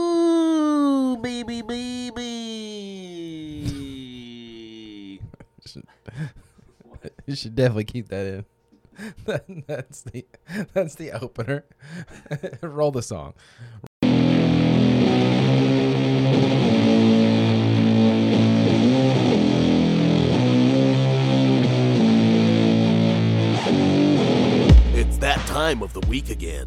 Ooh, baby, baby. You should definitely keep that in. That, that's the that's the opener. Roll the song. It's that time of the week again.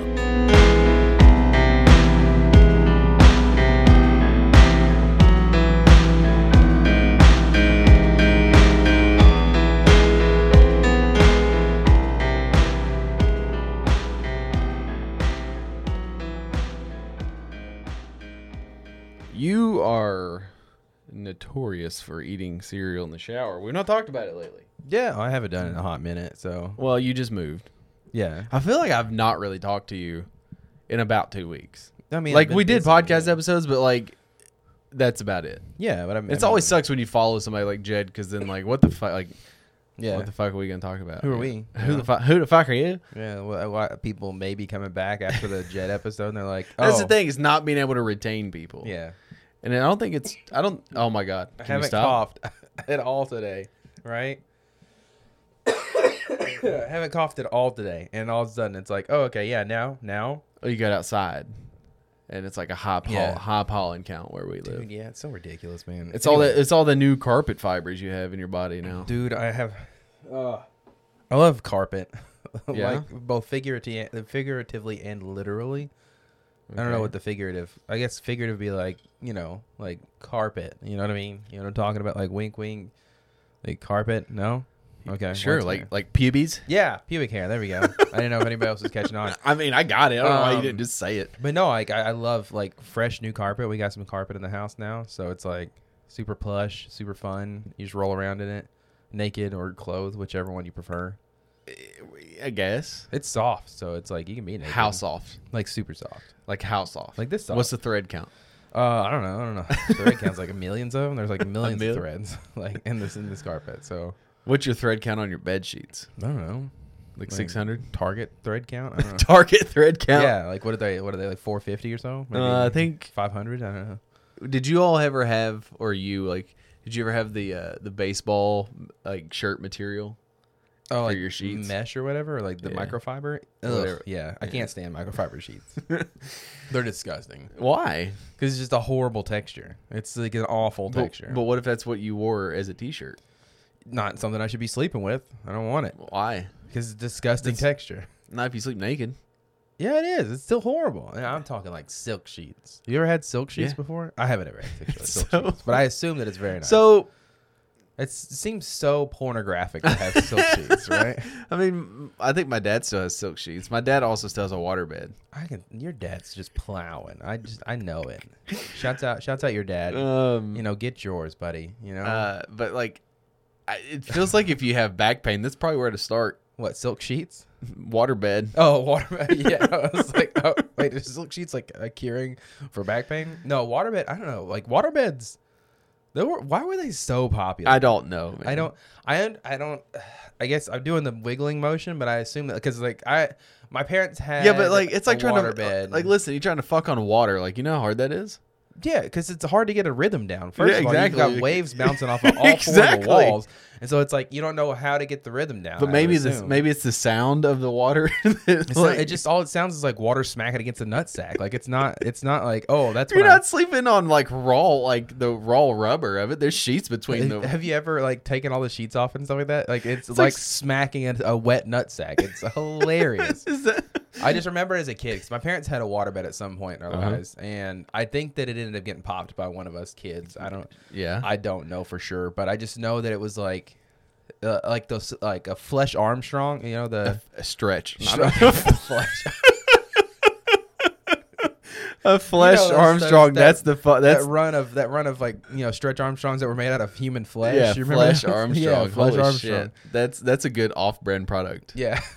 You are notorious for eating cereal in the shower. We've not talked about it lately. Yeah, I haven't done it in a hot minute, so Well, you just moved. yeah. I feel like I've not really talked to you in about two weeks. I mean, like I've we been did busy, podcast yeah. episodes, but like that's about it. Yeah, but I mean, It's I mean, always sucks when you follow somebody like Jed because then like what the fuck like yeah, what the fuck are we gonna talk about? Who are Yeah. we? Who the fuck? Who the fuck are you? yeah. Well, a lot of people may be coming back after the Jet episode, and they're like, oh, That's the thing is not being able to retain people. Yeah, and I don't think it's I don't. Oh my god, I Can you haven't stop? coughed at all today, right? I haven't coughed at all today, and all of a sudden it's like, oh, okay, yeah, now, now, Oh, you got outside, and it's like a high pol- Yeah. high pollen count where we live. dude, yeah, it's so ridiculous, man. It's all that. It's all the new carpet fibers you have in your body now. dude. I have, I love carpet, Yeah? like both figuratively, figuratively and literally. I don't know Okay. what the figurative. I guess figurative would be like you know, like carpet. You know what I mean? You know what I'm talking about? Like wink, wink, like carpet. No, okay, Sure, what's like there? like pubes. yeah, pubic hair. There we go. I didn't know if anybody else was catching on. I mean, I got it. I don't know why you Um, didn't just say it. But no, like I, I love like fresh new carpet. We got some carpet in the house now, so it's like super plush, super fun. You just roll around in it, naked or clothed, whichever one you prefer. I guess. It's soft, so it's like you can be naked. How soft? Like super soft. Like how soft? Like this soft. What's the thread count? Uh, I don't know. I don't know. Thread counts like millions of them. There's like millions mil- of threads like in this in this carpet. So What's your thread count on your bed sheets? I don't know. Like Like- six hundred. Target thread count. uh, I don't know. Target thread count. yeah, like what are they? What are they like 450 or so? Uh, I think. 500. I don't know. Did you all ever have, or you like? Did you ever have the uh, the baseball like shirt material? Oh, your sheets? mesh or whatever, or like the Yeah. microfiber. Or Ugh, whatever. Yeah, I can't stand microfiber sheets. They're disgusting Why? because it's just a horrible texture. It's like an awful But- texture. But, what if that's what you wore as a T-shirt? not something I should be sleeping with. I don't want it Why? because it's disgusting texture. Not if you sleep naked. Yeah, it is. It's still horrible. And I'm talking like silk sheets. You ever had silk sheets Yeah. before? I haven't ever had silk sheets, silk So- sheets, but I assume that it's very nice. So It's- it seems so pornographic to have silk sheets, right? I mean, I think my dad still has silk sheets. My dad also still has a waterbed. I can. Your dad's just plowing. I just, I know it. Shouts out, shouts out your dad. Um, you know, get yours, buddy. You know uh, but like, I, it feels like if you have back pain, that's probably where to start. what? Silk sheets? Waterbed. Oh, waterbed. Yeah, I was like, oh, wait, is silk sheets like a curing for back pain? No, waterbed. I don't know. Like waterbeds. They were. Why were they so popular? I don't know. man. I don't. I un- I don't. I guess I'm doing the wiggling motion, but I assume that because like I, my parents had. Yeah, but like, it's like a trying to uh, waterbed. like listen. You're trying to fuck on water. Like, you know how hard that is. yeah, because it's hard to get a rhythm down. First of all, exactly. you've got waves bouncing off of all Exactly. four of the walls, and so it's like you don't know how to get the rhythm down. But I maybe would this assume. maybe it's the sound of the water. It's not- it just all it sounds is like water smacking against a nutsack. Like it's not. It's not like oh that's. You're when I- not sleeping on like raw, like the raw rubber of it. There's sheets between Have- them. Have you ever like taken all the sheets off and stuff like that? Like it's, It's like like, s- smacking a, a wet nutsack. It's hilarious. Is that- I just remember as a kid because my parents had a waterbed at some point in our Uh-huh. lives, and I think that it ended up getting popped by one of us kids. I don't, yeah. I don't know for sure, but I just know that it was like, uh, like those, like a Flesh Armstrong, you know the A stretch. Flesh. a flesh You know those- those- that- Armstrong. that's the fu- that's that run of that run of like you know stretch Armstrongs that were made out of human flesh. yeah, you remember flesh that? Armstrong. yeah, flesh Holy Armstrong. shit, that's that's a good off-brand product. Yeah.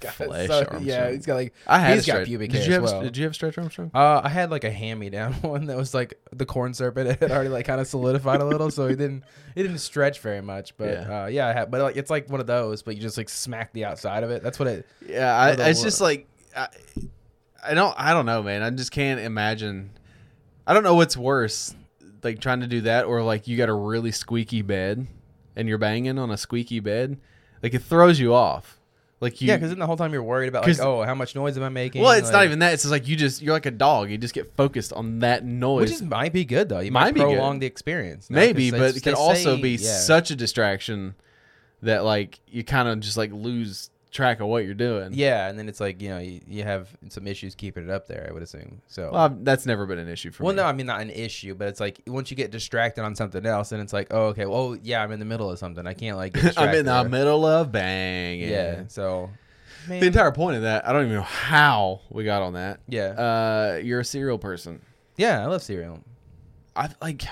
God, it's Flesh Yeah, Armstrong. he's got like I had he's a got stretch- pubic hair did you as have, a- well. Did you have stretch Armstrong? Uh, I had like a hand-me-down one that was like the corn serpent. It had already like kind of solidified a little, so it didn't it didn't stretch very much. But Yeah. yeah, uh, yeah I had, but like it's like one of those, but you just like smack the outside of it. That's what it. Yeah, Or the I, it's wor- just like I, I don't I don't know, man. I just can't imagine. I don't know what's worse, like trying to do that or like you got a really squeaky bed and you're banging on a squeaky bed, like it throws you off. Like you, yeah, because then the whole time you're worried about like, 'Cause- oh, how much noise am I making? well, it's not Like- even that. It's just like you just you're like a dog. You just get focused on that which noise. is, might be good though. You Might might, be good. prolong the experience. No, 'cause Maybe, they- but it they can also say- be yeah. such a distraction that like you kind of just like lose track of what you're doing. Yeah, and then it's like you know you, you have some issues keeping it up there. I would assume so. Well, I've- that's never been an issue for Well, me. no, I mean not an issue, but it's like once you get distracted on something else, then it's like, oh, okay, well, yeah, I'm in the middle of something. I can't like. Get I'm distracted in the or- middle of banging. Yeah, so. The entire point of that, I don't even know how we got on that. Yeah. Uh, you're a cereal person. yeah, I love cereal. I like.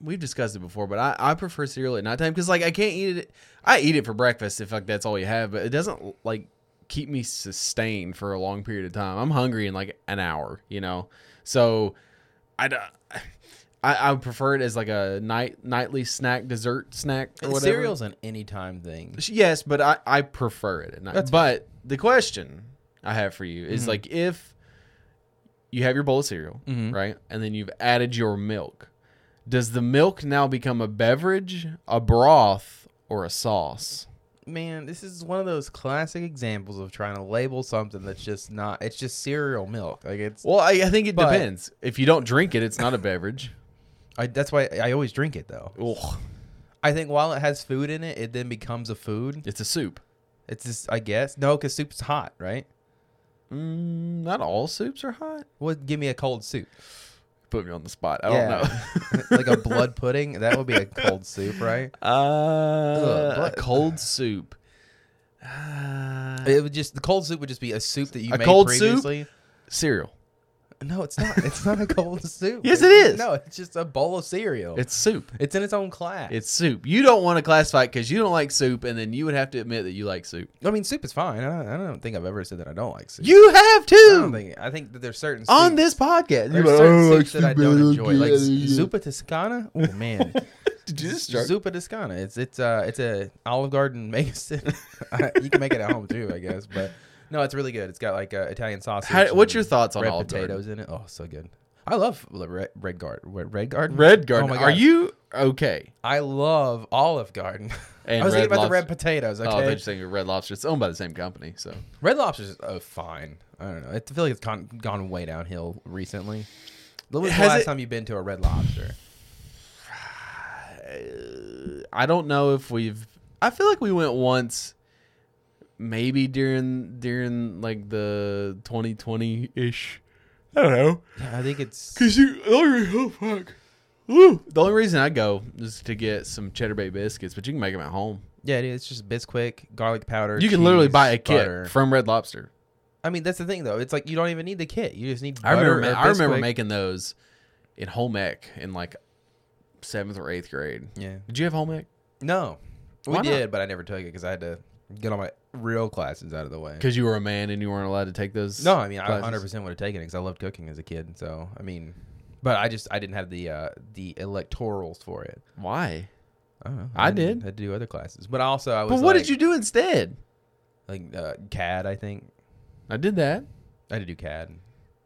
We've discussed it before, but I, I prefer cereal at nighttime because like I can't eat it. I eat it for breakfast if like that's all you have, but it doesn't like keep me sustained for a long period of time. I'm hungry in like an hour, you know. So I d- I, I prefer it as like a night nightly snack, dessert snack or whatever. Cereal's an anytime thing. Yes, but I, I prefer it at night. That's Mm-hmm. but the question I have for you is like if you have your bowl of cereal, Mhm. right? And then you've added your milk. Does the milk now become a beverage, a broth, or a sauce? Man, this is one of those classic examples of trying to label something that's just not. It's just cereal milk. Like it's. Well, I, I think it But- depends. If you don't drink it, it's not a beverage. I, that's why I always drink it though. Ugh, I think while it has food in it, it then becomes a food. it's a soup. It's just, I guess, no, because soup's hot, right? Mm, not all soups are hot. Well, give me a cold soup. Put me on the spot. I don't know. like a blood pudding. That would be a cold soup, right? Uh, blood- a cold soup. Uh, It would just the cold soup would just be a soup that you A made cold soup? previously. cereal. No, it's not. It's not a cold soup. Yes, It's- it is. No, it's just a bowl of cereal. It's It's soup. it's in its own class. It's soup. You don't want to classify it because you don't like soup, and then you would have to admit that you like soup. I mean, soup is fine. I don't, I don't think I've ever said that I don't like soup. You have I, don't to think, I think that there's certain on soups- this podcast. There's certain soups that I don't enjoy, "Oh, like E. zuppa toscana. Oh man, Did you just start? zuppa toscana. It's it's uh it's a Olive Garden makes it. you can make it at home too, I guess. But no, it's really good. It's got like uh, Italian sausage. How- what's and your thoughts on red Olive potatoes in it? Oh, so good. I love li- red, red garden. Red, red garden. Red Garden? Oh my Are God. you okay? I love Olive Garden. And I was Red thinking about Lobster. the red potatoes. Oh, Okay, they're saying Red Lobster. It's owned by the same company, so Red Lobster's uh, fine. I don't know. I feel like it's gone, gone way downhill recently. When was the Has last it- time you've been to a Red Lobster? I don't know if we've. I feel like we went once, maybe during during like the 2020 ish. I don't know. Yeah, I think it's. Cause you, oh fuck. Woo. The only reason I go is to get some cheddar bay biscuits, but you can make them at home. Yeah, it is. It's just Bisquick, garlic powder. You can literally cheese, buy a kit butter. from Red Lobster. I mean, that's the thing though. It's like you don't even need the kit. You just need. I remember, butter ma- or I remember Bisquick. making those in home ec in like seventh or eighth grade. Yeah. Did you have home ec? No, we Why not? did, but I never took it because I had to get all my real classes out of the way. Because you were a man and you weren't allowed to take those. No, I mean I classes? 100 percent would have taken it because I loved cooking as a kid. So I mean, but I just I didn't have the uh, the electorals for it. Why? I, don't know. Oh, I didn't- did. had to do other classes, but also I was. But what like- did you do instead? like uh, CAD? I think I did that. I had to do CAD. I'm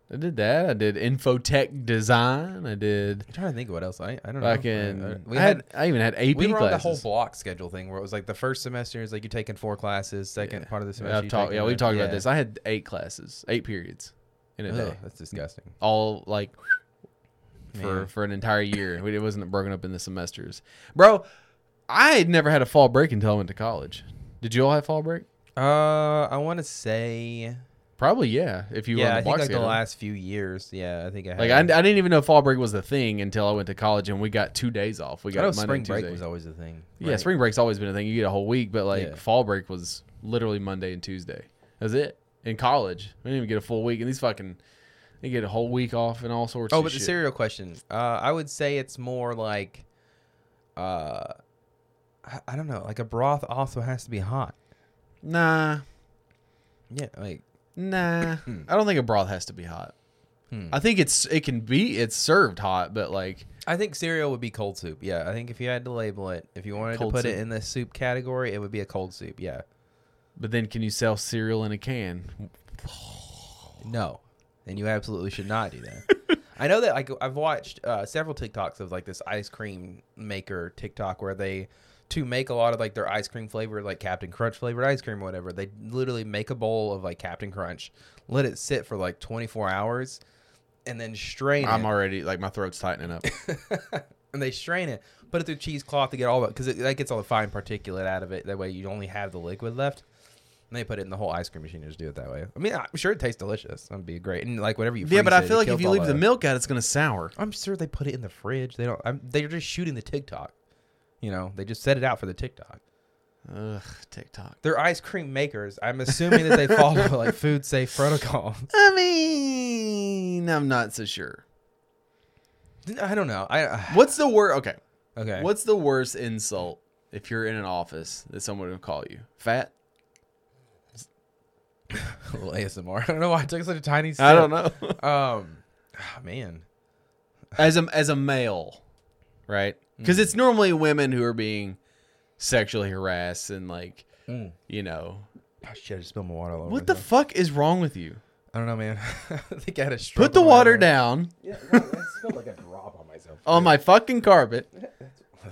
I did that. I did infotech design. I did trying to think of what else. I I don't know. Uh, fucking. we I had. I even had AP we were on the classes. whole block schedule thing where it was like the first semester is like you're taking four classes, second part of the semester. Yeah, I've you talked. take Yeah, we've talked about another- this. I had eight classes, eight periods in a Yeah. day, Ugh, that's disgusting. all like for Man. for an entire year. We- it wasn't broken up into semesters, bro. I had never had a fall break until I went to college. Did you all have fall break? Uh, I want to say Probably, yeah. If you were on yeah, I the think block like schedule. the last few years. Yeah, I think I had. like I, I didn't even know fall break was a thing until I went to college and we got two days off. We I got know Monday spring and Tuesday. break was always a thing. yeah, right? spring break's always been a thing. You get a whole week, but like Yeah. fall break was literally Monday and Tuesday. That's it. In college, we didn't even get a full week, and these fucking They get a whole week off and all sorts. Oh, of but the shit. cereal question. Uh, I would say it's more like, uh, I, I don't know. Like a broth also has to be hot. Nah, Yeah, like nah. I don't think a broth has to be hot. Hmm. I think it's it can be it's served hot, but like I think cereal would be cold soup. Yeah, I think if you had to label it, if you wanted Cold to put it soup. in the soup category, it would be a cold soup. Yeah. but then can you sell cereal in a can? No, and you absolutely should not do that. I know that like I've watched uh, several TikToks of like this ice cream maker TikTok where they to make a lot of like their ice cream flavored like Captain Crunch flavored ice cream or whatever. They literally make a bowl of like Captain Crunch, let it sit for like 24 hours, and then strain it. I'm already like my throat's tightening up. and they strain it, put it through cheesecloth to get all the because that gets all the fine particulate out of it. That way you only have the liquid left. And they put it in the whole ice cream machine and just do it that way. I mean, I'm sure it tastes delicious. That'd be great. And like whatever you yeah, but freeze I it, feel it like if kills you all leave the that. milk out, it's gonna sour. I'm sure they put it in the fridge. They don't. I'm, they're just shooting the TikTok. You know, they just set it out for the TikTok. Ugh, TikTok. They're ice cream makers. I'm assuming that they follow like food safe protocols. I mean, I'm not so sure. I don't know. I What's the word? Okay. okay. What's the worst insult if you're in an office that someone would call you? Fat? Little ASMR? I don't know why I took such a tiny. Sip. I don't know. know. Um, ah, man. as a as a male, right? Because it's normally women who are being sexually harassed and like, Mm. you know, Oh, shit! I just spilled my water all over. what the myself. fuck is wrong with you? I don't know, man. I think I had a stroke Put the on my water hand. down Yeah, no, I spilled like a drop on myself. on my fucking carpet.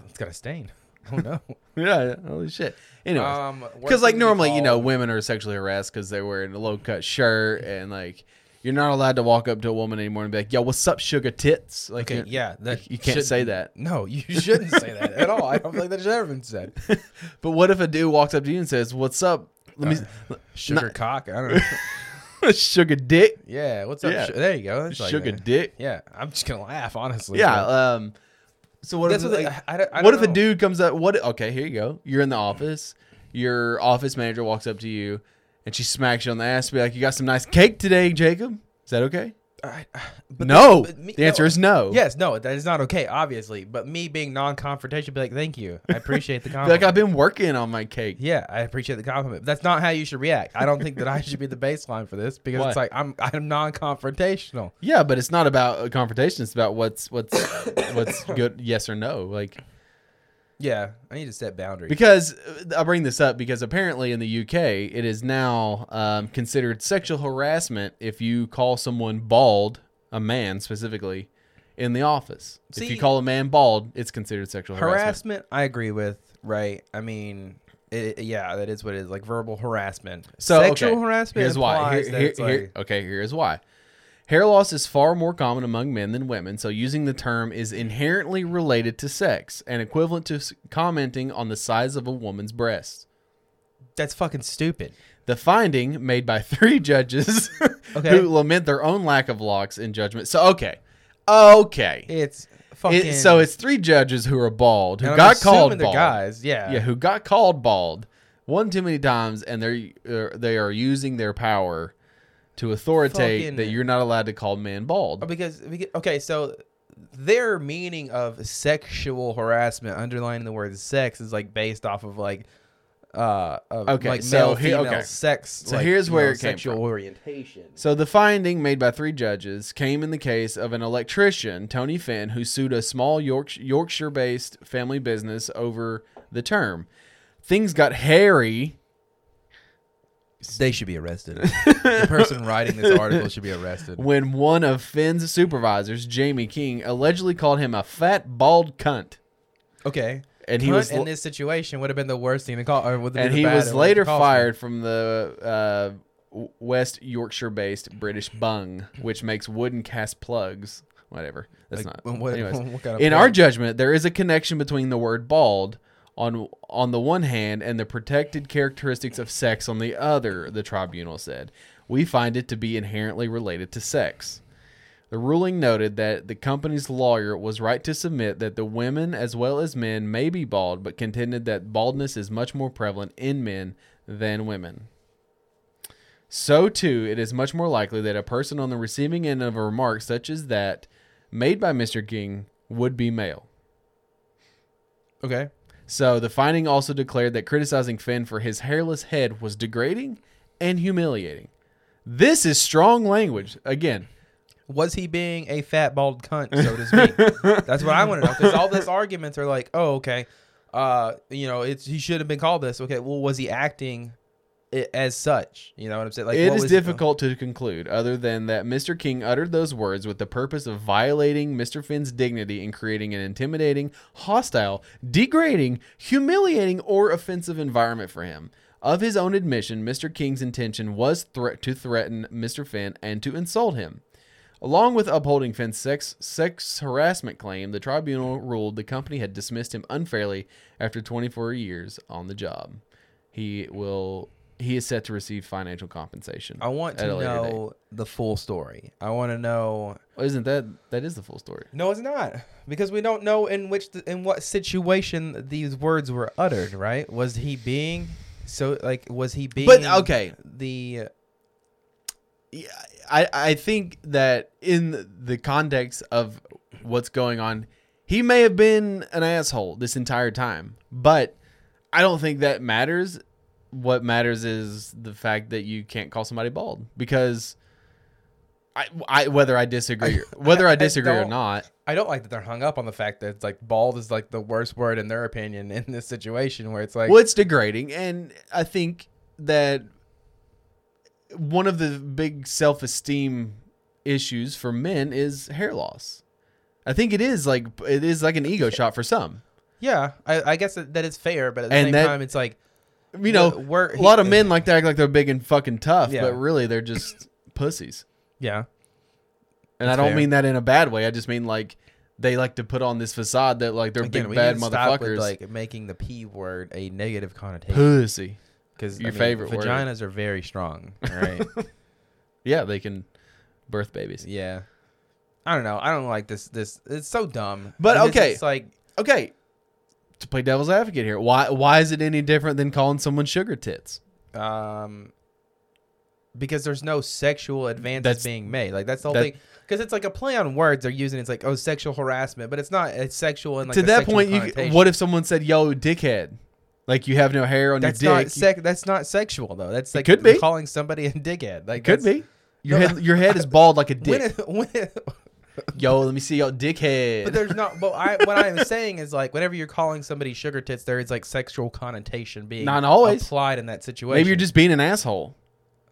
It's got a stain. Oh no. Yeah, holy shit. Anyway, Um, because like working normally, you know, call- women are sexually harassed because they wear a low cut shirt and like. You're not allowed to walk up to a woman anymore and be like, "Yo, what's up, sugar tits?" Like, Okay, you're- yeah, that you can't should- say that. No, you shouldn't say that at all. I don't think that should ever been said. But what if a dude walks up to you and says, "What's up?" Let me Sugar cock. I don't know. sugar dick, Yeah, what's up? Yeah. su- There you go. That's Uh. like sugar that. dick. Yeah, I'm just gonna laugh honestly. Yeah. but Um. So what That's if what like, I- I don't- I what don't if a know. dude comes up? What? Okay, here you go. You're in the office. Your office manager walks up to you, and she smacks you on the ass. Be like, "You got some nice cake today, Jacob. Is that okay?" I- no. but me- the answer no. is no. Yes, no, that is not okay, obviously. But me being non-confrontational, be like, thank you, I appreciate the Be compliment. like I've been working on my cake. Yeah, I appreciate the compliment. but That's not how you should react. I don't think that I should be the baseline for this because it's Why? like I'm I'm non-confrontational. Yeah, but it's not about a confrontation. It's about what's what's what's good, yes or no. Like Yeah, I need to set boundaries. because uh, I bring this up because apparently in the UK it is now um, considered sexual harassment if you call someone bald, a man specifically, in the office. if See- you call a man bald, it's considered sexual harassment. harassment, I agree with. Right? I mean, it, yeah, that is what it is. Like verbal harassment. So sexual okay, harassment Here's why. implies Here- that here- it's like- here- okay, here's why. Hair loss is far more common among men than women, so using the term is inherently related to sex and equivalent to s- commenting on the size of a woman's breast. that's fucking stupid. The finding made by three judges Okay. who lament their own lack of locks in judgment. So okay, okay. It's It- fucking. so it's three judges who are bald who and I'm got assuming called they're bald. guys. Yeah. Yeah, who got called bald one too many times, and they're uh, they are using their power to authoritate Fucking- that you're not allowed to call men Oh, bald. Because, because okay, so their meaning of sexual harassment, underlining the word sex, is like based off of like uh of Okay, like so male he- female okay. sex. So like, here's you where know, it came sexual from. orientation. So the finding made by three judges came in the case of an electrician, Tony Finn, who sued a small Yorksh- Yorkshire-based family business over the term. Things got hairy. They should be arrested. the person writing this article should be arrested. when one of Finn's supervisors, Jamie King, allegedly called him a fat bald cunt, Okay. and he Cunt was in this situation would have been the worst thing to call. Or would have and been he the bad was one to later call fired from the uh, w- West Yorkshire-based British Bung, which makes wooden cast plugs. Whatever. That's Like, not. what- anyways. what kind of in our plug? judgment, there is a connection between the word bald. On, on the one hand, and the protected characteristics of sex on the other, the tribunal said. We find it to be inherently related to sex. The ruling noted that the company's lawyer was right to submit that the women as well as men may be bald, but contended that baldness is much more prevalent in men than women. So too, it is much more likely that a person on the receiving end of a remark such as that made by Mr. King would be male. Okay. So the finding also declared that criticizing Finn for his hairless head was degrading and humiliating. This is strong language. Again, Was he being a fat bald cunt, so to speak? That's what I want to know. Because all these arguments are like, oh, okay, uh, you know, it's he should have been called this. Okay, well, was he acting i- as such? You know what I'm saying? Like, it what is was- difficult to conclude, other than that Mr. King uttered those words with the purpose of violating Mr. Finn's dignity and creating an intimidating, hostile, degrading, humiliating, or offensive environment for him. Of his own admission, Mr. King's intention was thre- to threaten Mr. Finn and to insult him. Along with upholding Finn's sex, sex harassment claim, the tribunal ruled the company had dismissed him unfairly after 24 years on the job. He will. He is set to receive financial compensation. I want to at a later date. know the full story. I want to know. Well, Isn't that that is the full story? No, it's not because we don't know in which the, in what situation these words were uttered. Right? Was he being so like? Was he being? okay. the Yeah, I I think that in the context of what's going on, he may have been an asshole this entire time, but I don't think that matters. What matters is the fact that you can't call somebody bald because I, I whether I disagree whether I disagree or don't- not. I don't like that they're hung up on the fact that it's like bald is like the worst word in their opinion in this situation where it's like Well, it's degrading, and I think that one of the big self-esteem issues for men is hair loss. I think it is like it is like an ego shot for some. yeah, I, I guess that, that is fair, but at the And same that- time it's like You know, Yeah, we're- a lot of men like to act like they're big and fucking tough, Yeah. but really they're just pussies. yeah, And I That's don't fair. mean that in a bad way. I just mean like they like to put on this facade that like they're again, big we bad need to stop with, motherfuckers. Like like making the p word a negative connotation pussy. because your favorite word. vaginas are very strong, all right? Yeah, they can birth babies. yeah. I don't know. I don't like this. This it's so dumb. But And it's- okay. it's like okay to play devil's advocate here why why is it any different than calling someone sugar tits um because there's no sexual advances That's- being made like that's the whole that- thing because it's like a play on words they're using it's like oh sexual harassment but it's not it's sexual and like to a that sexual point you connotation. what if someone said yo dickhead like you have no hair on that's your dick not sec- that's not sexual though that's like could be. calling somebody a dickhead like could that's- be your No, head your head is bald like a when, dick it- when it- yo let me see yo dickhead but there's not but I what I'm saying is like whenever you're calling somebody sugar tits there is like sexual connotation being Not always. applied in that situation maybe you're just being an asshole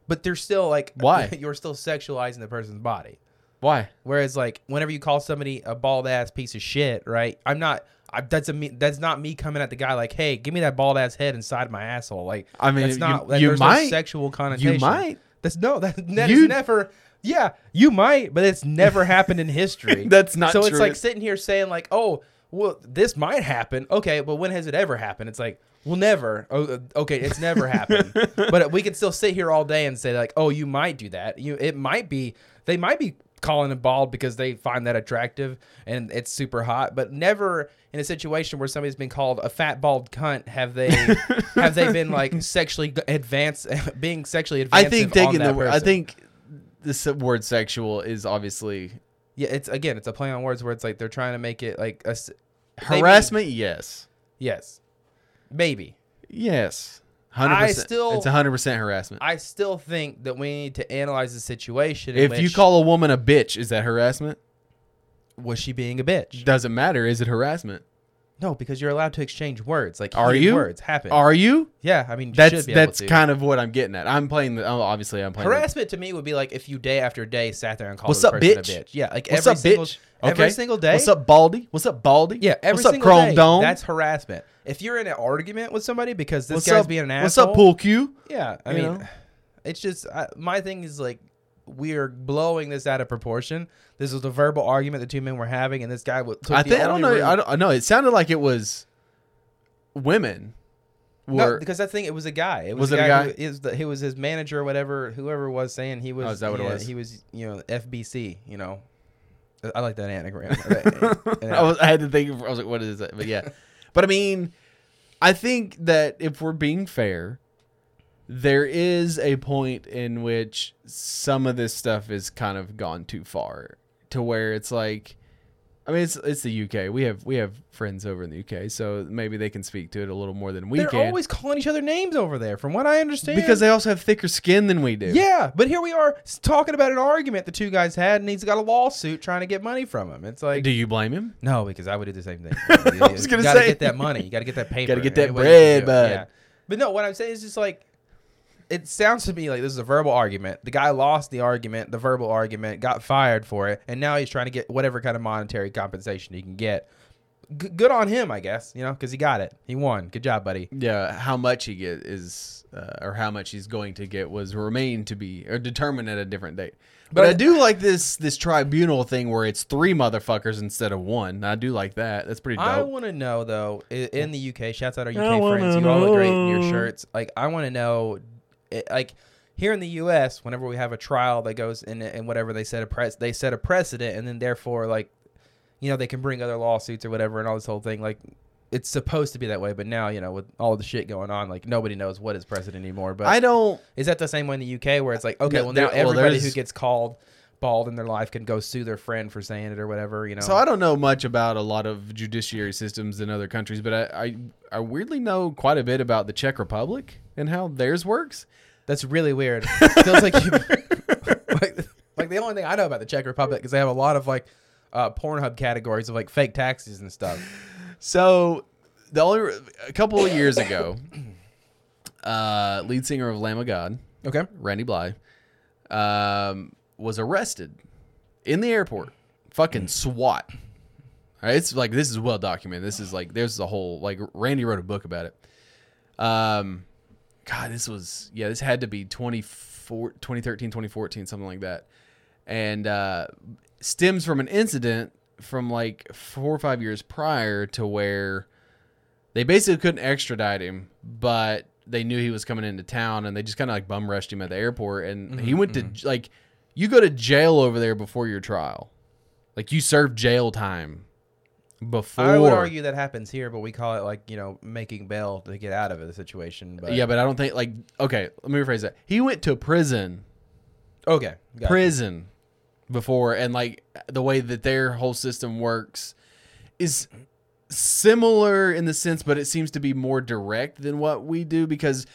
but they're still like Why? you're still sexualizing the person's body why Whereas like whenever you call somebody a bald ass piece of shit, right? I'm not. I, that's a me. That's not me coming at the guy like, hey, give me that bald ass head inside my asshole. Like, I mean, that's you- not. like, you there's might. No sexual connotation. might. That's no. That, that's You- never. Yeah, you might, but it's never happened in history. That's not So it's true. like sitting here saying like, oh, well, this might happen. Okay, but when has it ever happened? It's like. Well, never. Oh, uh, okay, it's never happened. but we could still sit here all day and say like, "Oh, you might do that. You, it might be. They might be calling him bald because they find that attractive and it's super hot. But never in a situation where somebody's been called a fat bald cunt have they have they been like sexually g- advanced, being sexually i advanced. think taking the that word i person. think the word sexual is obviously yeah, it's again, it's a play on words where it's like they're trying to make it like a s- they mean- harassment yes yes, maybe. yes 100% still- it's 100% harassment I still think that we need to analyze the situation. in if you which- call a woman a bitch is that harassment was she being a bitch? doesn't matter is it harassment No, because you're allowed to exchange words. Like Are heated you? Words happen. Are you? yeah, I mean, you That's should be able that's to. kind of what I'm getting at. I'm playing the oh, obviously I'm playing. the- harassment to me would be like if you day after day sat there and called What's this up, person bitch? a bitch. Yeah, like What's every up, single bitch? every single day. What's up, Baldy? What's up, Baldy? eh? Yeah, every What's up, single Chrome day. Dome? That's harassment. If you're in an argument with somebody because this what's guy's up, being an asshole. What's up, Pool Q? Yeah, I You mean, know? it's just I, my thing is like we're blowing this out of proportion. This was a verbal argument the two men were having, and this guy was. I think I don't know. I don't I know. It sounded like it was women. No, Were because I think it was a guy. It was, Was a it a guy. guy? Who, is the, he was his manager, or whatever, whoever was saying he was. Oh, is that what it yeah, was? He was, you know, FBC. You know, I like that anagram. I, was, I had to think. of- I was like, what is that? But yeah, but I mean, I think that if we're being fair, there is a point in which some of this stuff is kind of gone too far to where it's like I mean it's it's the UK. We have we have friends over in the UK, so maybe they can speak to it a little more than we They're can. always calling each other names over there, from what I understand. because they also have thicker skin than we do. yeah, but here we are s- talking about an argument the two guys had, and he's got a lawsuit trying to get money from him. It's like, Do you blame him? no, because I would do the same thing. was You gonna gotta say. get that money. You gotta get that paper. Gotta get that Any way you can bread, do it. bud. But no, what I'm saying is just like, it sounds to me like this is a verbal argument. The guy lost the argument, the verbal argument, got fired for it, and now he's trying to get whatever kind of monetary compensation he can get. G- good on him, I guess. You know, because he got it. He won. Good job, buddy. Yeah, how much he get is, uh, or how much he's going to get was remain to be or determined at a different date. But, But I I- do like this this tribunal thing where it's three motherfuckers instead of one. I do like that. That's pretty I dope. want to know though, i- in the UK, shouts out our I UK wanna friends. You all look great in your know. shirts. Like I want to know, i- like here in the US, whenever we have a trial that goes in and whatever they set a press, they set a precedent, and then therefore like, you know, they can bring other lawsuits or whatever, and all this whole thing. Like it's supposed to be that way, but now you know with all the shit going on, like nobody knows what is precedent anymore. But I don't. is that the same way in the UK where it's like, okay, No, well there- now well, everybody who there's- gets called bald in their life can go sue their friend for saying it or whatever, you know? So I don't know much about a lot of judiciary systems in other countries, but I I, I weirdly know quite a bit about the Czech Republic and how theirs works. That's really weird. Sounds like you. like, like the only thing I know about the Czech Republic is they have a lot of like uh, Pornhub categories of like fake taxes and stuff. So the only a couple of years ago, uh, lead singer of Lamb of God. Okay. Randy Bly, um, was arrested in the airport. Fucking SWAT. All right, it's like this is well documented. This is like there's a whole like Randy wrote a book about it. Um, God, this was yeah, this had to be 24, 2013, 2014, something like that, and uh, stems from an incident from like four or five years prior to where they basically couldn't extradite him, but they knew he was coming into town, and they just kind of like bum rushed him at the airport, and Mm-hmm, he went to like you go to jail over there before your trial, like you serve jail time before. I would argue that happens here, but we call it like you know making bail to get out of the situation. But Yeah, but I don't think like okay, let me rephrase that. He went to prison, okay, got it. prison before, and like the way that their whole system works is similar in the sense, but it seems to be more direct than what we do because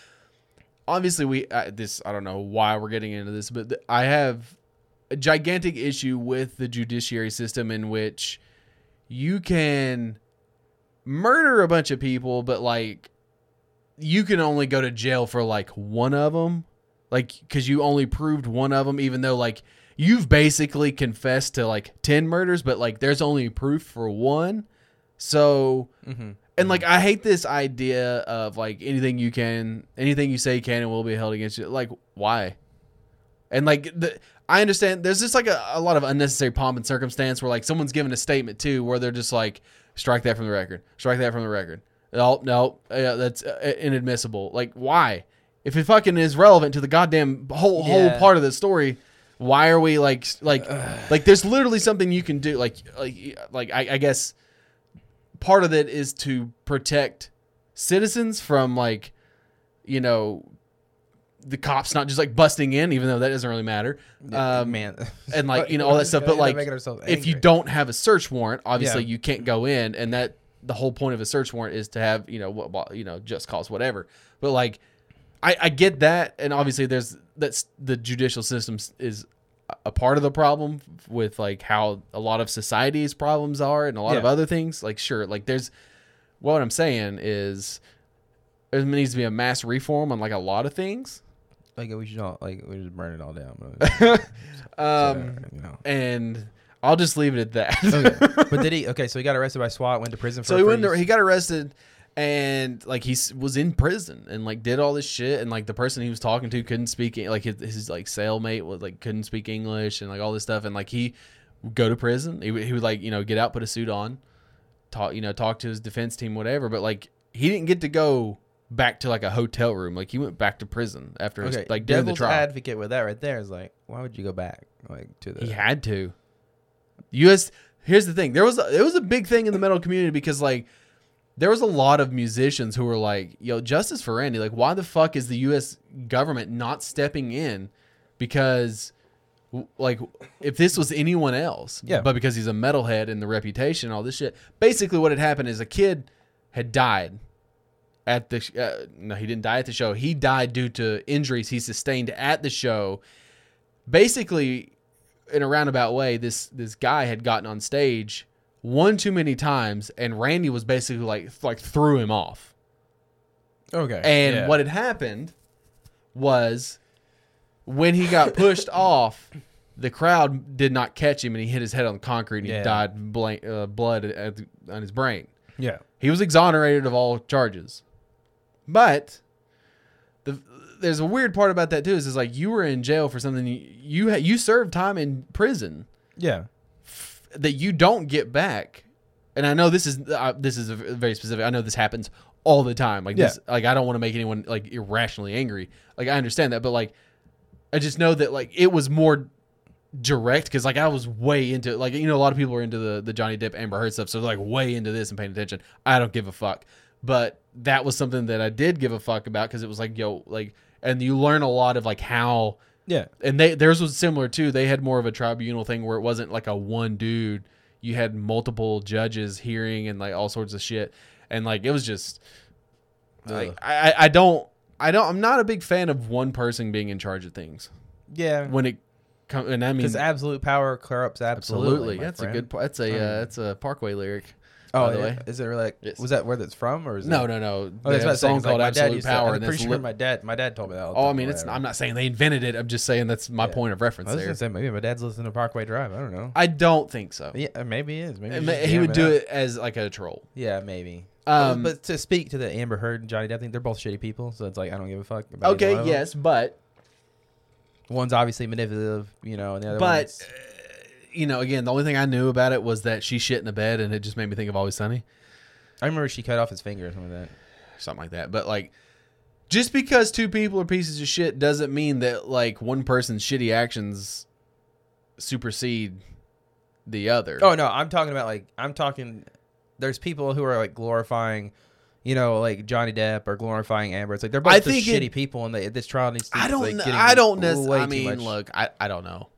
obviously we uh, this I don't know why we're getting into this, but th- I have a gigantic issue with the judiciary system in which you can murder a bunch of people, but like you can only go to jail for like one of them, like because you only proved one of them, even though like you've basically confessed to like 10 murders, but like there's only proof for one. So, Mm-hmm. and like I hate this idea of like anything you can, anything you say can and will be held against you. Like, why? And like the, I understand there's just like a, a lot of unnecessary pomp and circumstance where like someone's giving a statement too where they're just like strike that from the record, strike that from the record. No, no, uh, that's uh, inadmissible. Like why? If it fucking is relevant to the goddamn whole whole Yeah. part of the story, why are we like s- like like there's literally something you can do like like like I, I guess part of it is to protect citizens from like you know the cops not just like busting in even though that doesn't really matter um, man, and like you know all that stuff but We're like making ourselves if you angry. don't have a search warrant obviously Yeah. you can't go in and that the whole point of a search warrant is to have you know what what- you know just cause whatever but like i i get that and obviously there's that's the judicial system s- is a- a part of the problem with like how a lot of society's problems are and a lot of Yeah. other things like sure like there's what i'm saying is there needs to be a mass reform on like a lot of things like we should all like we should burn it all down. uh, um you know. and i'll just leave it at that Okay. but did he? Okay, so he got arrested by SWAT, went to prison. For so he went to, to, he got arrested and like he s- was in prison and like did all this shit and like the person he was talking to couldn't speak en- like his, his like cellmate was like couldn't speak english and like all this stuff and like he would go to prison he would, he would like you know get out put a suit on talk you know talk to his defense team whatever but like he didn't get to go back to like a hotel room like he went back to prison after his, okay, like during the devil's trial advocate with that right there is like, why would you go back like to the? he had to. U.S. Here's the thing. There was a, it was a big thing in the metal community because like there was a lot of musicians who were like, "Yo, justice for Randy. Like, why the fuck is the U.S. government not stepping in? Because, w- like, if this was anyone else, Yeah. But because he's a metalhead and the reputation, and all this shit. Basically, what had happened is a kid had died at the. sh- Uh, no, he didn't die at the show. He died due to injuries he sustained at the show. Basically, in a roundabout way, this this guy had gotten on stage one too many times, and Randy was basically like like threw him off. Okay. And yeah. what had happened was when he got pushed off, the crowd did not catch him, and he hit his head on concrete, and Yeah. he died blank, uh, blood at, on his brain. Yeah. He was exonerated of all charges. But the there's a weird part about that too is, is like you were in jail for something you you, ha- you served time in prison Yeah. that you don't get back. And I know this is uh, this is a v- very specific. I know this happens all the time. Like this like I don't want to make anyone like irrationally angry. Like I understand that, but like I just know that like it was more direct because like I was way into like you know a lot of people are into the the Johnny Depp Amber Heard stuff, so they're like way into this and paying attention. I don't give a fuck, but that was something that I did give a fuck about because it was like yo like and you learn a lot of like how Yeah. and they theirs was similar too. They had more of a tribunal thing where it wasn't like a one dude. You had multiple judges hearing and like all sorts of shit, and like it was just like I, I I don't I don't I'm not a big fan of one person being in charge of things Yeah. when it comes and I mean Because absolute power corrupts absolutely. absolutely my that's friend. Um, a good po- that's a uh, that's a Parkway lyric. Oh, by the yeah. way. is it really like? Yes. Was that where that's from, or is No It, no no. Oh, They that's what have a I'm saying. song it's like called my dad Absolute used to- I'm Power, and pretty that's sure lit- my dad. My dad told me that. all the oh I time or mean it's whatever. I'm not saying they invented it. I'm just saying that's my Yeah. point of I reference was gonna there. say maybe my dad's listening to Parkway Drive. I don't know. I don't think so. Yeah, uh, maybe it is. Maybe And he's ma- just Uh, he would jamming do out. it as like a troll. Yeah, maybe. Um, but, but to speak to the Amber Heard and Johnny Depp thing, they're both shitty people, so it's like I don't give a fuck. About either one Okay, of them. yes, but One's obviously manipulative, you know, and the other but one's, uh, you know, again, the only thing I knew about it was that she shit in the bed, and it just made me think of Always Sunny, I remember she cut off his finger or something like that. something like that. But like, just because two people are pieces of shit doesn't mean that like one person's shitty actions supersede the other. Oh no, I'm talking about like I'm talking. There's people who are like glorifying, you know, like Johnny Depp or glorifying Amber. It's like they're both I just think it- shitty people, and they, this trial needs. To, I don't. like, know, getting I don't way necessarily. I too mean, much. look, I, I don't know.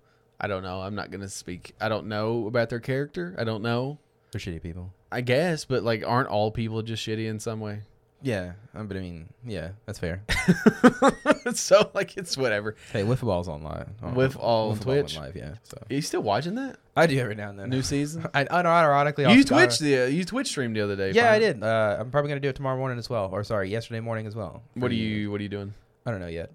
I don't know. I'm not gonna speak. I don't know about their character. I don't know. they're shitty people. I guess, but like, aren't all people just shitty in some way? Yeah, um, but I mean, yeah, that's fair. so like, it's whatever. hey, wiffle balls on live. on- Wiff all on wiffle ball went Twitch? live, yeah. So Are you still watching that I do every now and then. new season? I, I know, ironically, I'll- you I'll- Twitch the uh, you Twitch streamed the other day. Yeah, I Fine. did. Uh, I'm probably gonna do it tomorrow morning as well, or sorry, yesterday morning as well. What are you What are you doing? I don't know yet.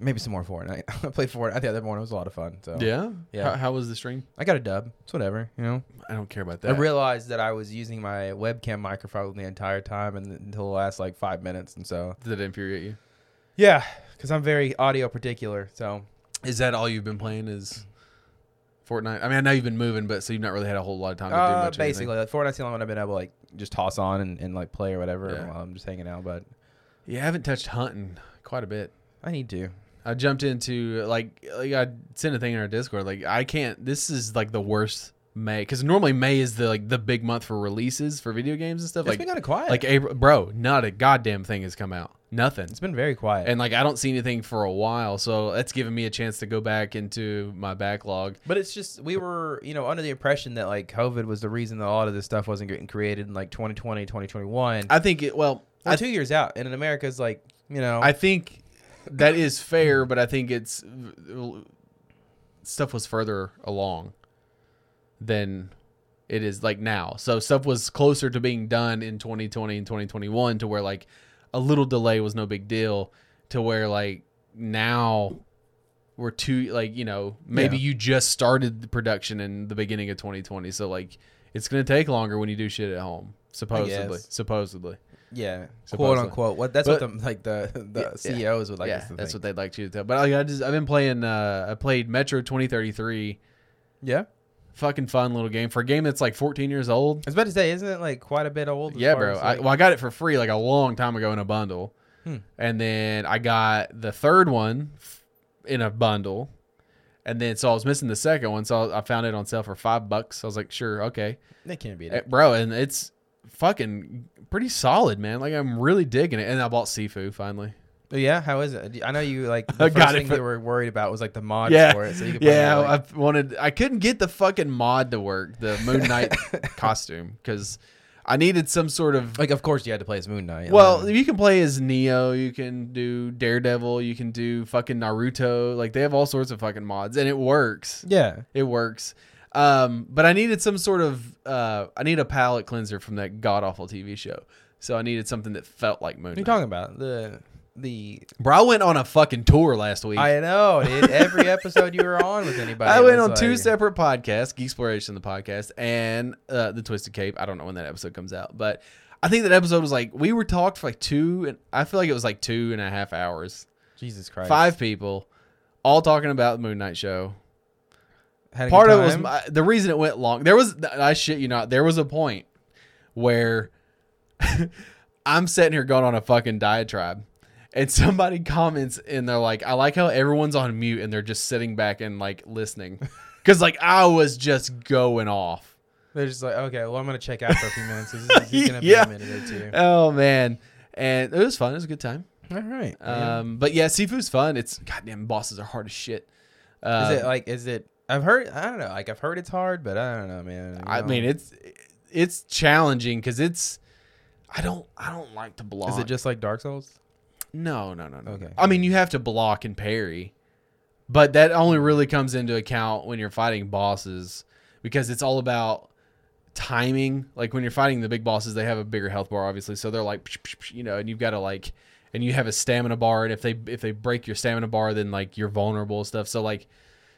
Maybe some more Fortnite. I played Fortnite the other morning. It was a lot of fun. So Yeah, Yeah. How, how was the stream? I got a dub. It's whatever, you know. I don't care about I that. realized that I was using my webcam microphone the entire time and until the last like five minutes, and so Did it infuriate you? yeah, because I'm very audio particular. So Is that all you've been playing? Is Fortnite? I mean, I know you've been moving, but so you've not really had a whole lot of time to do uh, much. of anything. basically, like Fortnite's the only one I've been able to like just toss on and, and like play or whatever Yeah. while I'm just hanging out. But yeah, I haven't touched hunting quite a bit. I need to. I jumped into like like I sent a thing in our Discord. Like I can't. This is like the worst May because normally May is the like the big month for releases for video games and stuff. It's like been kind of quiet. like April, bro, not a goddamn thing has come out. Nothing. it's been very quiet. and like I don't see anything for a while, so that's given me a chance to go back into my backlog. But it's just we were, you know, under the impression that like COVID was the reason that a lot of this stuff wasn't getting created in like 2020, 2021. I think it well, We're I, two years out, and in America's like, you know, I think that is fair, but I think it's stuff was further along than it is like now. So stuff was closer to being done in 2020 and 2021 to where like a little delay was no big deal to where like now we're too like you know maybe Yeah. you just started the production in the beginning of 2020 so like it's going to take longer when you do shit at home supposedly guess. supposedly yeah, quote Supposedly. unquote. What that's what the like the the Yeah, yeah. CEOs would like. yeah, us to that's think. what they'd like you to tell. But like, I just I've been playing. Uh, I played Metro 2033. yeah. Fucking fun little game for a game that's like 14 years old. I was about to say, isn't it like quite a bit old? as Yeah, far bro. as, I, like- well, I got it for free like a long time ago in a bundle, Hmm. and then I got the third one f- in a bundle, and then so I was missing the second one, so I I found it on sale for five bucks. I was like, sure, okay, they can't beat Eh, it. bro. And it's fucking pretty solid, man. Like I'm really digging it. And I bought Sifu finally. But yeah, how is it? I know you like the got first it thing for- you were worried about was like the mods yeah, for it, so you could play yeah. it, like- I wanted. I couldn't get the fucking mod to work. The Moon Knight costume because I needed some sort of. Like, of course, you had to play as Moon Knight. Well, Um, you can play as Neo. You can do Daredevil. You can do fucking Naruto. Like they have all sorts of fucking mods, and it works. yeah, It works. Um, but I needed some sort of. Uh, I need a palate cleanser from that god awful TV show. So I needed something that felt like Moon what are you Knight. talking about? The the Bro, I went on a fucking tour last week. I know, dude. Every episode you were on with anybody, I went was on two like- separate podcasts, Geek Exploration, the podcast, and uh, the Twisted Cape. I don't know when that episode comes out, but I think that episode was like we were talked for like two, and I feel like it was like two and a half hours. Jesus Christ, Five people, all talking about the Moon Knight show. Had a Part good of it was time? my, the reason it went long. There was I shit you not. There was a point where I'm sitting here going on a fucking diatribe. And somebody comments and they're like, I like how everyone's on mute and they're just sitting back and like listening. Cause like I was just going off. They're just like, okay, well, I'm gonna check out for a few minutes. This is, this is gonna be Yeah. a minute or two. Oh man. And it was fun. It was a good time. All right. Um, but yeah, seafood's fun. It's goddamn bosses are hard as shit. is Uh, it like? Is it? I've heard. I don't know. Like I've heard it's hard, but I don't know, man. you I know. mean, it's it's challenging because it's. I don't I don't like to block. is it just like Dark Souls? no no no no? Okay. I mean, you have to block and parry, but that only really comes into account when you're fighting bosses because it's all about timing. Like when you're fighting the big bosses, they have a bigger health bar, obviously, so they're like, psh, psh, psh, you know, and you've got to like, and you have a stamina bar, and if they if they break your stamina bar, then like you're vulnerable and stuff. So like.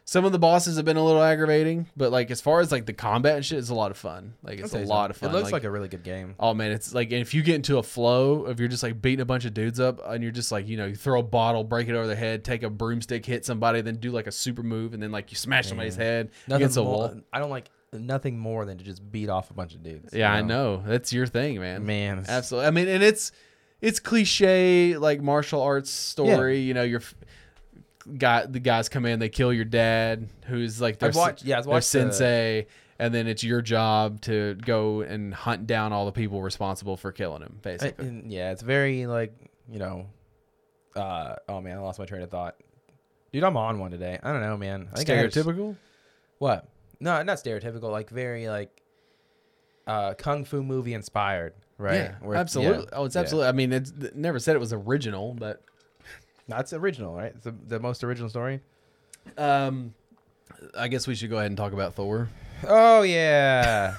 Some of the bosses have been a little aggravating, but like as far as like the combat and shit, it's a lot of fun. Like it's a lot of fun. It looks like, a really good game. Oh man, it's like if you get into a flow of you're just like beating a bunch of dudes up and you're just like, you know, you throw a bottle, break it over their head, take a broomstick, hit somebody, then do like a super move and then like you smash somebody's head against a more, wall. I don't like nothing more than to just beat off a bunch of dudes. Yeah, I you know. That's your thing, man. Man, it's- Absolutely. I mean, and it's it's cliche like martial arts story, you know, your guy the guys come in, they kill your dad who's like their, I've watched- yeah, I've their watched uh, the- sensei and then it's your job to go and hunt down all the people responsible for killing him, I- basically. and yeah, it's very like you know. Uh, oh man, I lost my train of thought. Dude, I'm on one today. I don't know, man. I think I gotta- What? No, not stereotypical. Like very like uh, kung fu movie inspired, right? Yeah, Where- absolutely. yeah, Oh, it's yeah. absolutely. I mean, it's it never said it was original, but That's original, right? It's the, the most original story. um, I guess we should go ahead and talk about Thor, Oh yeah,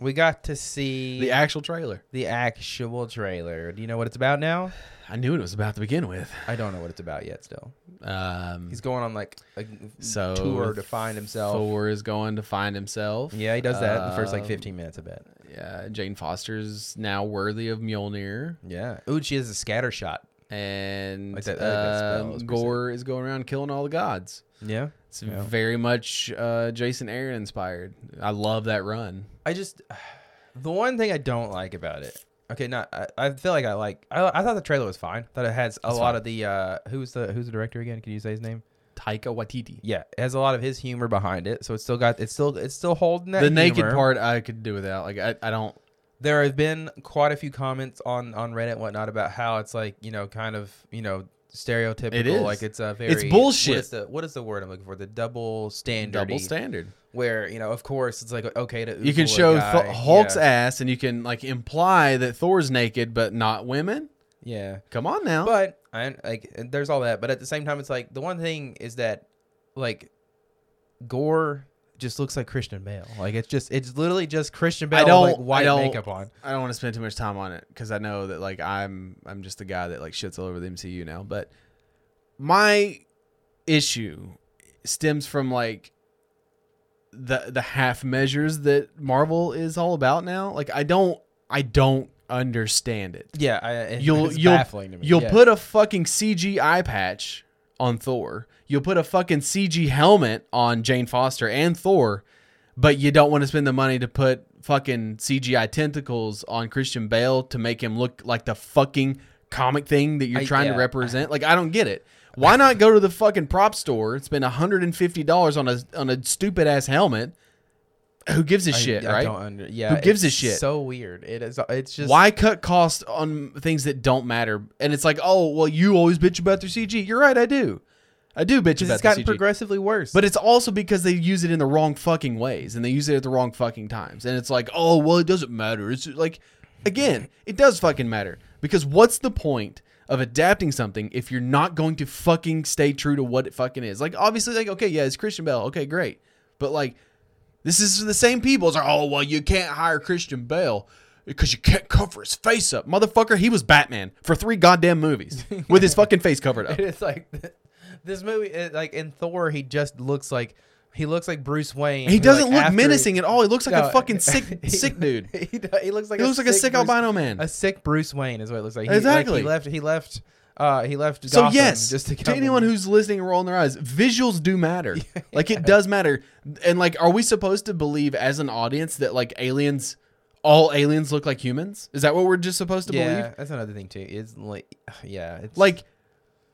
we got to see the the, actual trailer. actual trailer. Do you know what it's about now? I knew what it was about to begin with. I don't know what it's about yet. Still, Um, he's going on like a so tour to find himself. Thor is going to find himself. Yeah, he does that in the first like Um, 15 minutes. I bet. Yeah, Jane Foster's now worthy of Mjolnir, Yeah. Ooh, she has a scatter shot. and Like that- I like that spell. um, That was pretty Gore is going around killing all the gods. Yeah. It's Yeah. very much uh, Jason Aaron inspired. I love that run. I just the one thing I don't like about it. Okay, not I, I feel like I like I, I thought the trailer was fine. Thought it has a lot of the uh who's the who's the director again? Can you say his name? Taika Waititi. Yeah, it has a lot of his humor behind it. So it's still got it's still it's still holding that the naked humor. part I could do without. Like I, I don't. There have been quite a few comments on on Reddit and whatnot about how it's like you know kind of you know stereotypical. is. like it's a very It's bullshit. What is the what is the word I'm looking for? The double standard. double standard. Where you know of course it's like okay to You can oozle a show guy. Th- Hulk's yeah. ass, and you can like imply that Thor's naked, but not women. Yeah. Come on now. But I like there's all that, but at the same time, it's like the one thing is that like Gore just looks like Christian Bale. Like it's just it's literally just Christian Bale I don't. with like white I don't, makeup on. I don't want to spend too much time on it because I know that like I'm I'm just the guy that like shits all over the MCU now. But my issue stems from like the the half measures that Marvel is all about now. Like I don't I don't understand it. Yeah, I, it- you'll it's you'll baffling to me. you'll yeah. put a fucking CGI patch on Thor. You'll put a fucking CG helmet on Jane Foster and Thor, but you don't want to spend the money to put fucking CGI tentacles on Christian Bale to make him look like the fucking comic thing that you're I- trying yeah. to represent. Like I don't get it. Why not go to the fucking prop store, spend $150 on a on a stupid ass helmet who gives a I- shit, I right? don't under- yeah, Who gives a it's shit? So weird. It is. It's just Why cut costs on things that don't matter? And it's like, oh, well, you always bitch about their CG. You're right, I do. I do bitch Because about it's gotten their CG. progressively worse. But it's also because they use it in the wrong fucking ways and they use it at the wrong fucking times. And it's like, oh, well, it doesn't matter. It's like, again, it does fucking matter. Because what's the point of adapting something if you're not going to fucking stay true to what it fucking is? Like, obviously, like, okay, yeah, it's Christian Bell. Okay, great. But like, this is the same people. It's like, oh, well, you can't hire Christian Bell because you can't cover his face up. Motherfucker, he was Batman for three goddamn movies with his fucking face covered up. it's like this movie. It, like in Thor, he just looks like he looks like Bruce Wayne. He who, doesn't like, look after- menacing at all. He looks like No, a fucking sick, he- sick dude. He, do- he looks like He looks like a sick Bruce- albino man. A sick Bruce Wayne is what it looks like. He, Like, Exactly. he left. He left. Uh, he left. So Gotham yes, just to, to, come anyone who's listening and rolling their eyes, visuals do matter. Like it does matter. And like, are we supposed to believe as an audience that like aliens, all aliens look like humans? Is that what we're just supposed to yeah, believe? that's another thing too. It's like yeah, it's Like,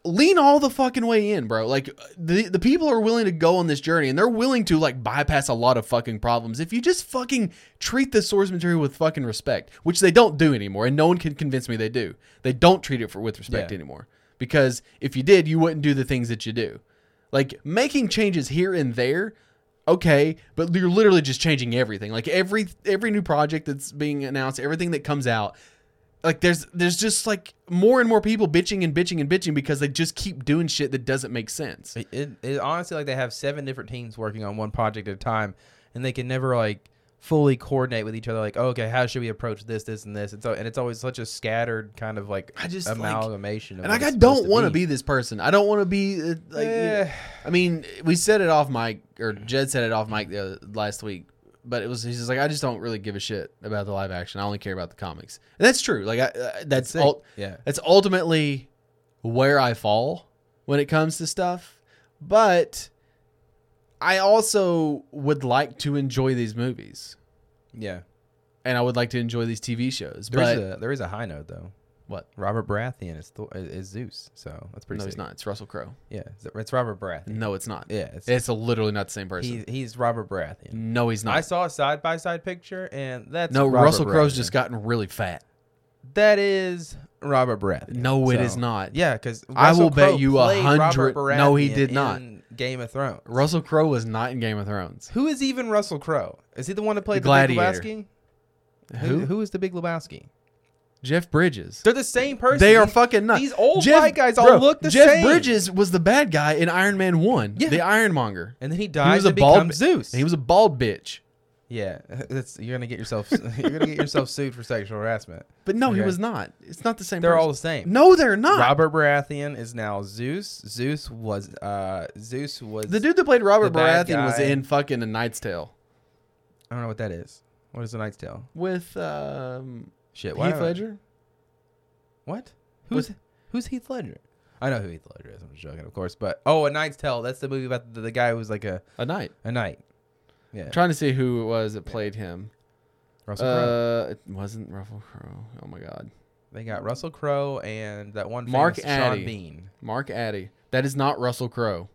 lean all the fucking way in, bro. Like the the people are willing to go on this journey and they're willing to like bypass a lot of fucking problems if you just fucking treat the source material with fucking respect, which they don't do anymore and no one can convince me they do. They don't treat it for with respect Yeah. anymore. Because if you did, you wouldn't do the things that you do. Like making changes here and there, okay, but you're literally just changing everything. Like every every new project that's being announced, everything that comes out, like there's there's just like more and more people bitching and bitching and bitching because they just keep doing shit that doesn't make sense. It, it, it honestly like they have seven different teams working on one project at a time, and they can never like fully coordinate with each other. Like, oh, okay, how should we approach this, this, and this? And so, and it's always such a scattered kind of like I just, like- amalgamation. of And what like I it's supposed don't want to be this person. I don't want to be uh, like. you know- Eh. I mean, we said it off mic, or Jed said it off mic the other, last week. But it was he's just like I just don't really give a shit about the live action. I only care about the comics, and that's true. Like I, uh, that's Sick. all. yeah. That's ultimately where I fall when it comes to stuff. But I also would like to enjoy these movies. Yeah, and I would like to enjoy these TV shows. there but is a there is a high note though. what? Robert Baratheon is Thor, is, is Zeus, so that's pretty. No, sick. it's not. It's Russell Crowe. Yeah, it's- it's Robert Baratheon. No, it's not. Yeah, it's, It's literally not the same person. he's he's Robert Baratheon. no, he's I not. saw a side by side picture, and that's No, Robert Russell Crowe's Baratheon. just gotten really fat. That is Robert Baratheon. No, it is not. Yeah, because I will bet you a hundred- no, he did not. Game of Thrones. Russell Crowe was not in Game of Thrones. Who is even Russell Crowe? Is he the one that played the, Gladiator. Big Lebowski? Who? Who is the Big Lebowski? Jeff Bridges. They're the same person. They are These- fucking nuts. These old Jeff, white guys bro, all look the Jeff same. Bridges was the bad guy in Iron Man One. Yeah. the Ironmonger. and then he dies He was a and bald becomes Zeus. He was a bald bitch. yeah, that's you're gonna get yourself you're gonna get yourself sued for sexual harassment. But no, he Okay. was not. It's not the same. They're person. all the same. No, they're not. Robert Baratheon is now Zeus. Zeus was uh Zeus was the dude that played Robert The bad Baratheon was guy. in fucking A Knight's Tale I don't know what that is. What is the Knight's Tale? with um, Shit. why Heath am I- Ledger. What? Who's who's Heath Ledger? I know who Heath Ledger is. I'm just joking, of course. But oh, A Knight's Tale. That's the movie about the, the guy who was like a, A Knight. a knight. Yeah, trying to see who it was that played him. Russell Crowe. Uh, it wasn't Russell Crowe. Oh my God, They got Russell Crowe and that one Mark famous Sean Addy. Bean. Mark Addy. That is not Russell Crowe.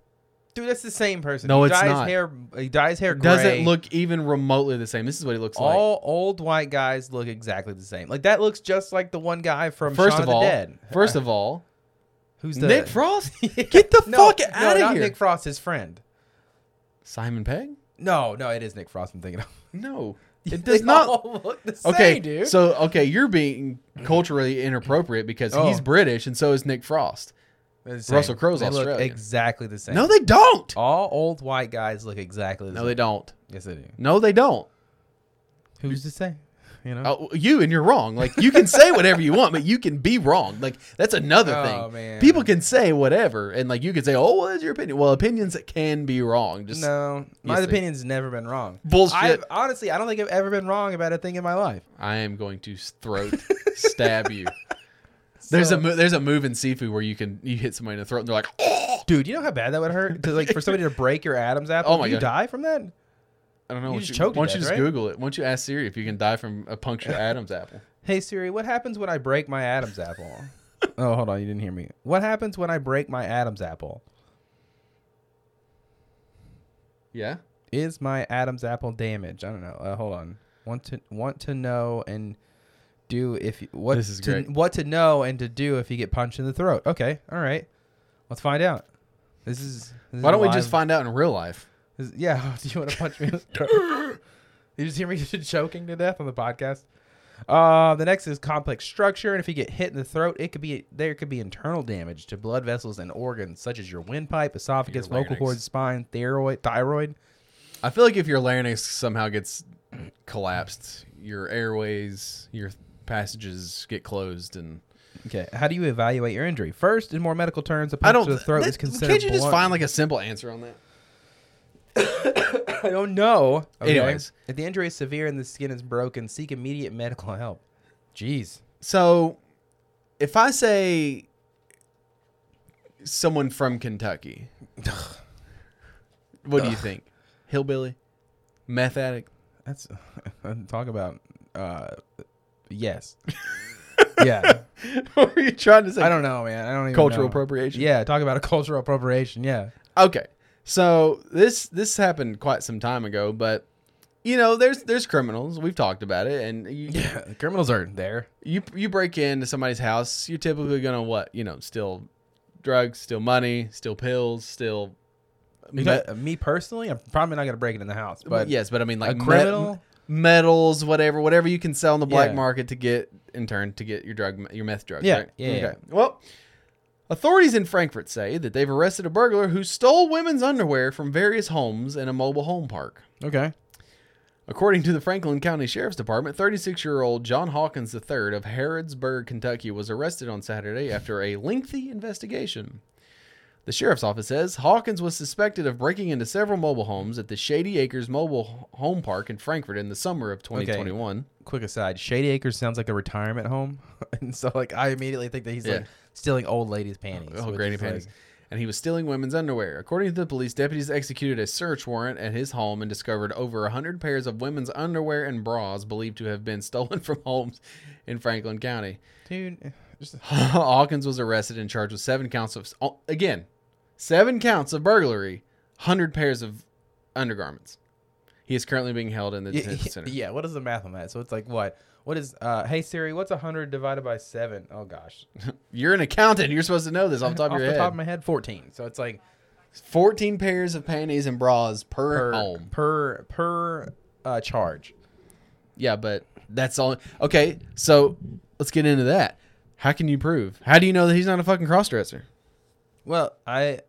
Dude, that's the same person. No, he it's dyes not. Hair, he dyes hair gray. Doesn't look even remotely the same. This is what he looks all old white guys look exactly the same. Like that looks just like the one guy from like. First Shaun of the all, Dead. first of all, who's the Nick Frost. Get the No, fuck no, out of not here. Nick Frost, his friend. Simon Pegg. No, no, it is Nick Frost. I'm thinking of. No, They it does not. all look the same, Okay, dude. so okay, you're being culturally inappropriate because Oh. he's British and so is Nick Frost. They're the Russell same. Crowe's They look Australian. exactly the same. No, they don't. all old white guys look exactly the Oh, No, same. they don't. yes, they do. No, they don't. Who's to say? You know. Oh, you and you're wrong. Like you can say whatever you want, but you can be wrong. Like that's another Oh, thing. man. People can say whatever, and like you can say, "Oh, what is your opinion?" Well, opinions can be wrong. Just no, my see. opinion's never been wrong. Bullshit. I've, honestly, I don't think I've ever been wrong about a thing in my life. I am going to throat stab you. There's So- a mo- there's a move in seafood where you can you hit somebody in the throat and they're like, "Oh, Dude, you know how bad that would hurt to like for somebody to break your Adam's apple. Oh my Do you God. die from that? I don't know." You why just don't choked to why don't you death, right? just Google it? Why don't you ask Siri if you can die from a puncture Adam's apple? Hey Siri, what happens when I break my Adam's apple? oh, hold on, you didn't hear me. What happens when I break my Adam's apple? Yeah. is my Adam's apple damage? I don't know. Uh, hold on. Want to want to know and do if you, what This is to, great. what to know and to do if you get punched in the throat. Okay, all right. Let's find out. This is. This Why is don't we live- just find out in real life? This, yeah. Do you want to punch me? in the throat? you just hear me choking to death on the podcast. Uh, the next is complex structure, and if you get hit in the throat, it could be there could be internal damage to blood vessels and organs such as your windpipe, esophagus, Your vocal larynx. cords, spine, thyroid, thyroid. I feel like if your larynx somehow gets collapsed, your airways, your passages get closed, and Okay, how do you evaluate your injury? First, in more medical terms, a punch I don't. to the throat that- is considered. Can't you just blunt. find like a simple answer on that? I don't know. Okay. Anyways. if the injury is severe and the skin is broken, seek immediate medical help. Jeez. So, if I say someone from Kentucky, what do you think? Hillbilly, meth addict. That's talk about. Uh, yes. yeah. what were you trying to say? I don't know, man. I don't even Cultural know. appropriation? Yeah, talk about a cultural appropriation. Yeah. Okay. So this this happened quite some time ago, but you know, there's there's criminals. We've talked about it, and you criminals are there. you you break into somebody's house. You're typically gonna what you know steal drugs, steal money, steal pills, steal. You me- know, uh, me personally, I'm probably not gonna break it in the house, but but yes, but I mean like me- criminal? metals, whatever, whatever you can sell in the black Yeah. market to get in turn to get your drug, your meth drug. Yeah, right? yeah, yeah. Well, authorities in Frankfurt say that they've arrested a burglar who stole women's underwear from various homes in a mobile home park. Okay. According to the Franklin County Sheriff's Department, 36 year old John Hawkins III of Harrodsburg, Kentucky, was arrested on Saturday after a lengthy investigation. The sheriff's office says Hawkins was suspected of breaking into several mobile homes at the Shady Acres Mobile H- Home Park in Frankfurt in the summer of 2021. quick aside, Shady Acres sounds like a retirement home, and so like I immediately think that he's like Yeah. stealing old ladies' panties. Oh, which granny is, like- panties. and he was stealing women's underwear. According to the police, deputies executed a search warrant at his home and discovered over 100 pairs of women's underwear and bras believed to have been stolen from homes in Franklin County. dude, eh, just Hawkins was arrested and charged with seven counts of oh, again, seven counts of burglary, hundred pairs of undergarments. He is currently being held in the yeah, detention center. yeah. What is the math on that? So it's like what? What is? uh Hey Siri, what's hundred divided by seven? Oh gosh, You're an accountant. You're supposed to know this off the top off of the your head. top of my head, fourteen. So it's like Fourteen pairs of panties and bras per, per home. per per uh, charge. Yeah, but that's all. Okay, so let's get into that. How can you prove? How do you know that he's not a fucking crossdresser? Well, I,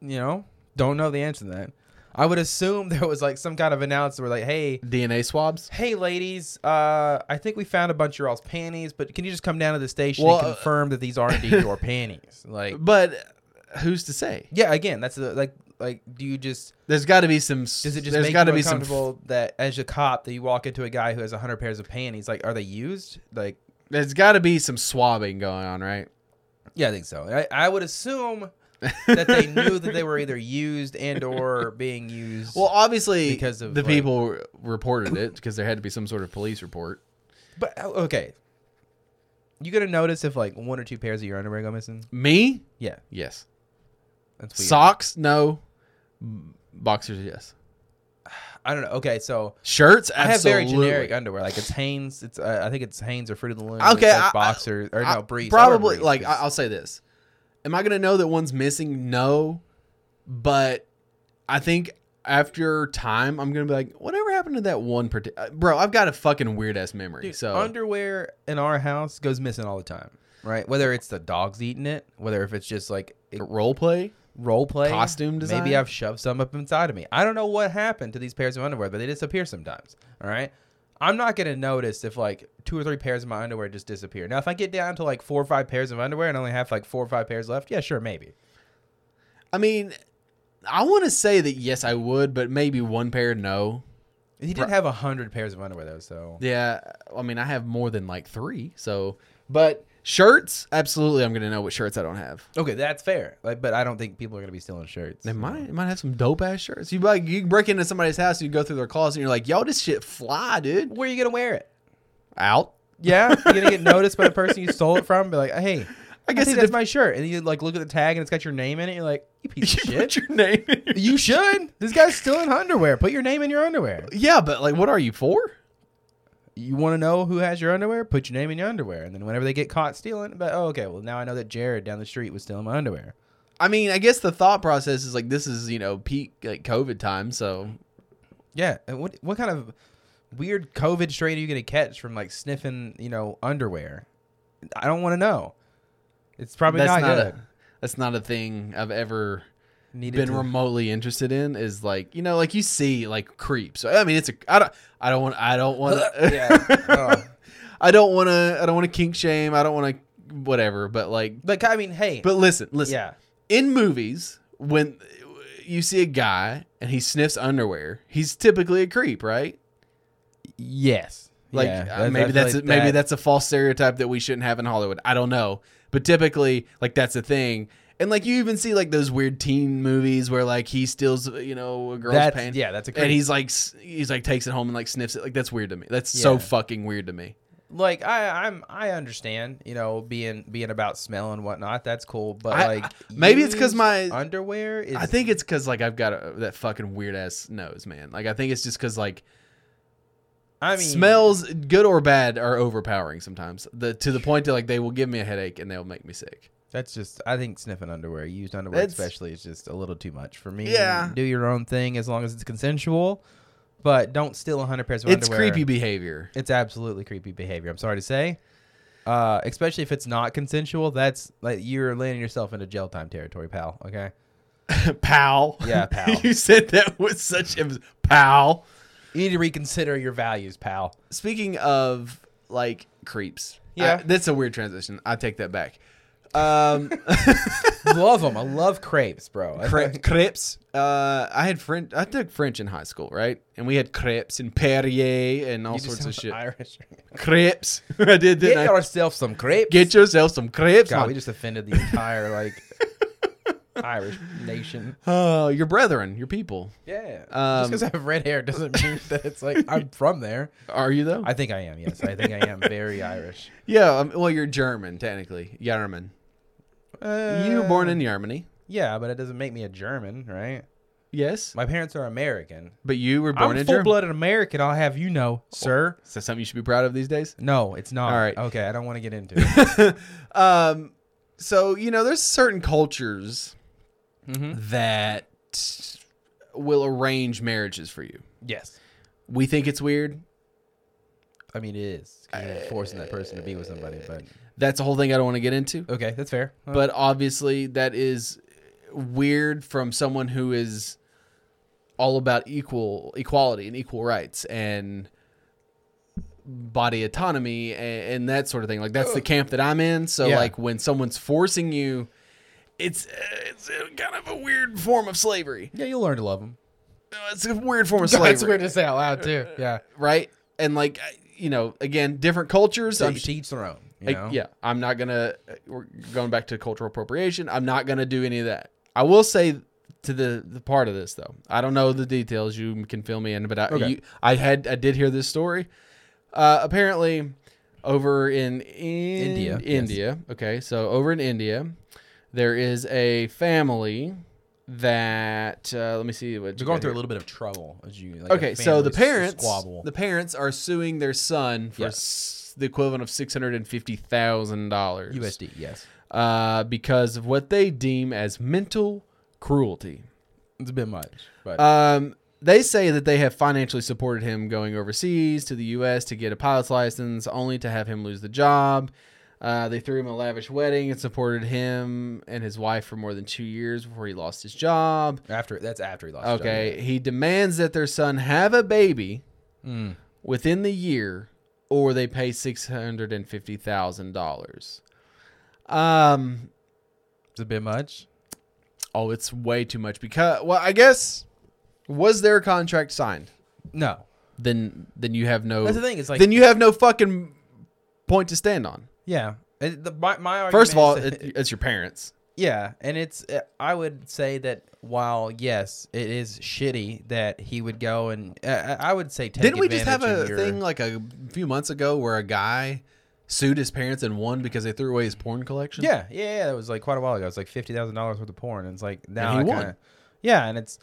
you know, don't know the answer to that. I would assume there was like some kind of announcer, like, hey, DNA swabs. hey ladies uh i think we found a bunch of y'all's panties but can you just come down to the station Well, and uh, confirm that these are indeed your panties like But who's to say? yeah again that's the like like do you just There's got to be some. s- does it just there's make gotta you be some uncomfortable that as a cop that you walk into a guy who has 100 pairs of panties like are they used like There's got to be some swabbing going on, right? yeah i think so i, I would assume that they knew that they were either used and or being used Well, obviously, Because of, the like- people re- reported it because there had to be some sort of police report. but oh, okay you gonna notice if like one or two pairs of your underwear go missing Me? yeah Yes. that's weird Socks? No. B- Boxers? Yes. i don't know okay so Shirts? I have Absolutely. very generic underwear. Like it's Hanes. It's uh, I think it's Hanes or Fruit of the Loom. Okay, it's like I- boxer or I- no Breeze. I wear Probably. Breeze like, 'cause- I- I'll say this: Am I gonna know that one's missing? No, but I think after time, I'm gonna be like, whatever happened to that one? Parti- uh, Bro, I've got a fucking weird ass memory. Dude, so underwear in our house goes missing all the time. Right, whether it's the dogs eating it, whether if it's just like it- role play. role play, Costume design? Maybe I've shoved some up inside of me. I don't know what happened to these pairs of underwear, but they disappear sometimes. All right, I'm not gonna notice if like two or three pairs of my underwear just disappear. Now, if I get down to like four or five pairs of underwear and only have like four or five pairs left, yeah, sure, maybe. I mean, I want to say that yes, I would, but maybe one pair, no. He didn't have a hundred pairs of underwear though, so Yeah, I mean, I have more than like three, so. But shirts, absolutely, I'm gonna know what shirts I don't have. Okay, that's fair. Like, but I don't think people are gonna be stealing shirts. They might, they might have some dope ass shirts. You like, you break into somebody's house, you go through their closet, and you're like, "Yo, this shit fly, dude." Where are you gonna wear it? Out. Yeah, you're gonna get noticed by the person you stole it from. Be like, hey, I I guess guess it that's def- my shirt. And you like look at the tag and it's got your name in it. You're like, you piece You of put shit. your name in your- you should. This guy's still in underwear. Put your name in your underwear. Yeah, but like, what are you for? You want to know who has your underwear? Put your name in your underwear. And then whenever they get caught stealing, but oh, okay. Well, now I know that Jared down the street was stealing my underwear. I mean, I guess the thought process is like this is you know peak like COVID time, so Yeah. And what what kind of weird COVID strain are you gonna catch from like sniffing, you know, underwear? I don't want to know. It's probably not, that's not good. a that's not a thing I've ever Needed been to- remotely interested in. Is like you know like you see like creeps. I mean, it's a I don't I don't want I don't want yeah. Oh. I don't want to I don't want to kink shame. I don't want to whatever. But like, But I mean, hey. but listen, listen. yeah. in movies when you see a guy and he sniffs underwear he's typically a creep right Yes. like Yeah, uh, that's- I maybe feel that's like a, maybe that- that's a false stereotype that we shouldn't have in hollywood i don't know but typically like that's a thing and like you even see like those weird teen movies where like he steals you know a girl's That's- pants yeah, that's a and creep. he's like s- he's like takes it home and like sniffs it like that's weird to me that's so Yeah. fucking weird to me like I I'm I understand you know being being about smell and whatnot that's cool but I- like I- maybe it's 'cause used my- underwear is I think it's because like I've got a, that fucking weird ass nose, man. Like I think it's just because like I mean smells good or bad are overpowering sometimes the to the point that like they will give me a headache and they'll make me sick that's just I think sniffing underwear used underwear It's- especially is just a little too much for me Yeah. do your own thing as long as it's consensual but don't steal 100 pairs of it's underwear creepy behavior it's absolutely creepy behavior I'm sorry to say uh especially if it's not consensual that's like you're landing yourself into jail time territory pal okay pal Yeah, pal. you said that with such emphasis pal you need to reconsider your values pal speaking of like creeps Yeah. I- that's a weird transition i take that back um love them. I love crepes, bro. cre- crepes uh i had french i took french in high school right and we had crepes and perrier and all You just sorts of sound shit Irish. crepes i Get did didn't I? yourself some crepes. get yourself some crepes God, my we just offended the entire like Irish nation. Oh, your brethren, your people. Yeah. Um, Just because I have red hair doesn't mean that it's like I'm from there. Are you though? I think I am. Yes, I think I am very Irish. yeah. Um, well, you're German technically. German. you were born in Uh, Germany. Yeah, but it doesn't make me a German, right? Yes, My parents are American. but you were born I'm in Germany. full-blooded American. I'll have you know, sir. Is that something you should be proud of these days? No, it's not. All right. Okay, I don't want to get into it. Um, so you know, there's certain cultures Mm-hmm. that will arrange marriages for you. yes. We think it's weird. I mean, it is. 'cause You're forcing that person to be with somebody, but That's a whole thing I don't want to get into. okay, that's fair. Uh, but obviously that is weird from someone who is all about equal equality and equal rights and body autonomy and, and that sort of thing like that's the camp that i'm in so Yeah. like when someone's forcing you it's uh, it's uh, kind of a weird form of slavery yeah, you'll learn to love them. Uh, it's a weird form of slavery to say out loud too. Yeah, right and like I- you know again different cultures so I'm- each to each their own. You I- know? yeah, I'm not gonna. We're going back to cultural appropriation. I'm not gonna do any of that. I will say to the the part of this though. I don't know the details. You can fill me in, but I Okay. you, I had I did hear this story. Uh, apparently, over in, in India, yes. India. Okay, so over in India, there is a family that uh, let me see what they're you going got through a here. little bit of trouble as you. Like, Okay, a so the family s- parents squabble. the parents are suing their son for Yeah. s- the equivalent of six hundred and fifty thousand dollars USD, yes, uh, because of what they deem as mental cruelty. it's a bit much, but Um, they say that they have financially supported him going overseas to the U.S. to get a pilot's license, only to have him lose the job. Uh, they threw him a lavish wedding and supported him and his wife for more than two years before he lost his job. after that's after he lost. his job, Okay, he demands that their son have a baby Hmm. within the year, or they pay six hundred and fifty thousand dollars. Um, yeah. it's a bit much. Oh, it's way too much because well, I guess was their contract signed? No, Then then you have no That's the thing, it's like- Then you have no fucking point to stand on. yeah. It- the, my, my First of all, argument is it, that- it's your parents. yeah, and it's uh, I would say that while yes, it is shitty that he would go and uh, I I would say take Didn't we just have advantage a of your- thing like a few months ago where a guy sued his parents and won because they threw away his porn collection. Yeah, yeah, yeah. That was like quite a while ago. It was like fifty thousand dollars worth of porn, and it's like now he I won. kinda, Yeah, and it's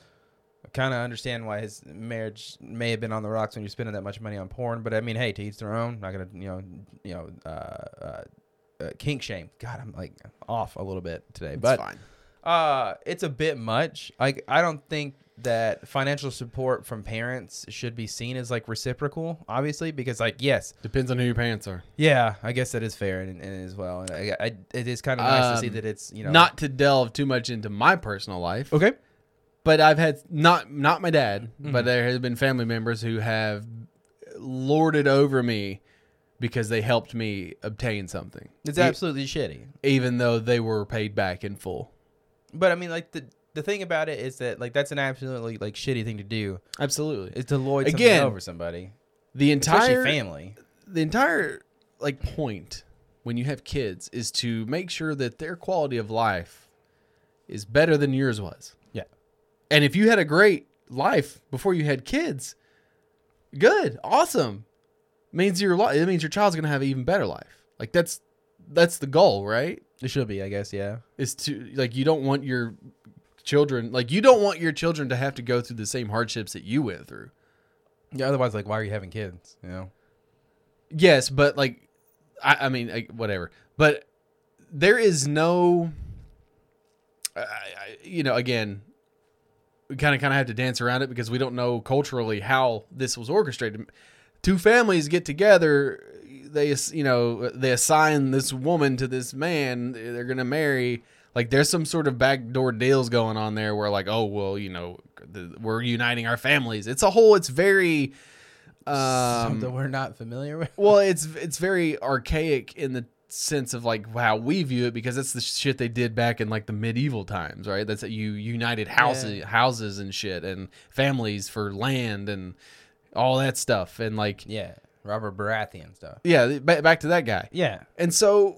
I kind of understand why his marriage may have been on the rocks when you're spending that much money on porn. But I mean, hey, to each their own. Not gonna you know you know uh, uh, uh, kink shame. God, I'm like off a little bit today, It's but fine. uh, it's a bit much. Like I don't think that financial support from parents should be seen as like reciprocal, obviously, because like yes, Depends on who your parents are. yeah, I guess that is fair and, and as well. And I, I, it is kind of nice to see Um, that it's you know Not to delve too much into my personal life, okay. but I've had not not my dad, but there has been family members who have lorded over me because they helped me obtain something, It's E- absolutely shitty. even though they were paid back in full. But I mean, like the the thing about it is that like that's an absolutely like shitty thing to do Absolutely, is to lord something Again, over somebody, the entire especially family. the entire like point when you have kids is to make sure that their quality of life is better than yours was. Yeah. And if you had a great life before you had kids, good, awesome. Means your li- it means your child's gonna have an even better life. Like that's that's the goal, right? It should be, I guess. Yeah. Is to like you don't want your children like you don't want your children to have to go through the same hardships that you went through. Yeah. Otherwise, like, why are you having kids? You know. Yes, but like, I, I mean, like, whatever. But there is no, I, I, you know, again, we kind of kind of have to dance around it because we don't know culturally how this was orchestrated. Two families get together. They, ass- you know, they assign this woman to this man. They're gonna marry. Like, there's some sort of backdoor deals going on there where, like, oh well, you know, the, we're uniting our families. It's a whole. It's very. Um, Something we're not familiar with. well, it's it's very archaic in the sense of like how we view it because that's the shit they did back in like the medieval times, right? That's that you united houses houses and shit and families for land and all that stuff and like Yeah. Robert Baratheon stuff. yeah, ba- back to that guy. Yeah. And so,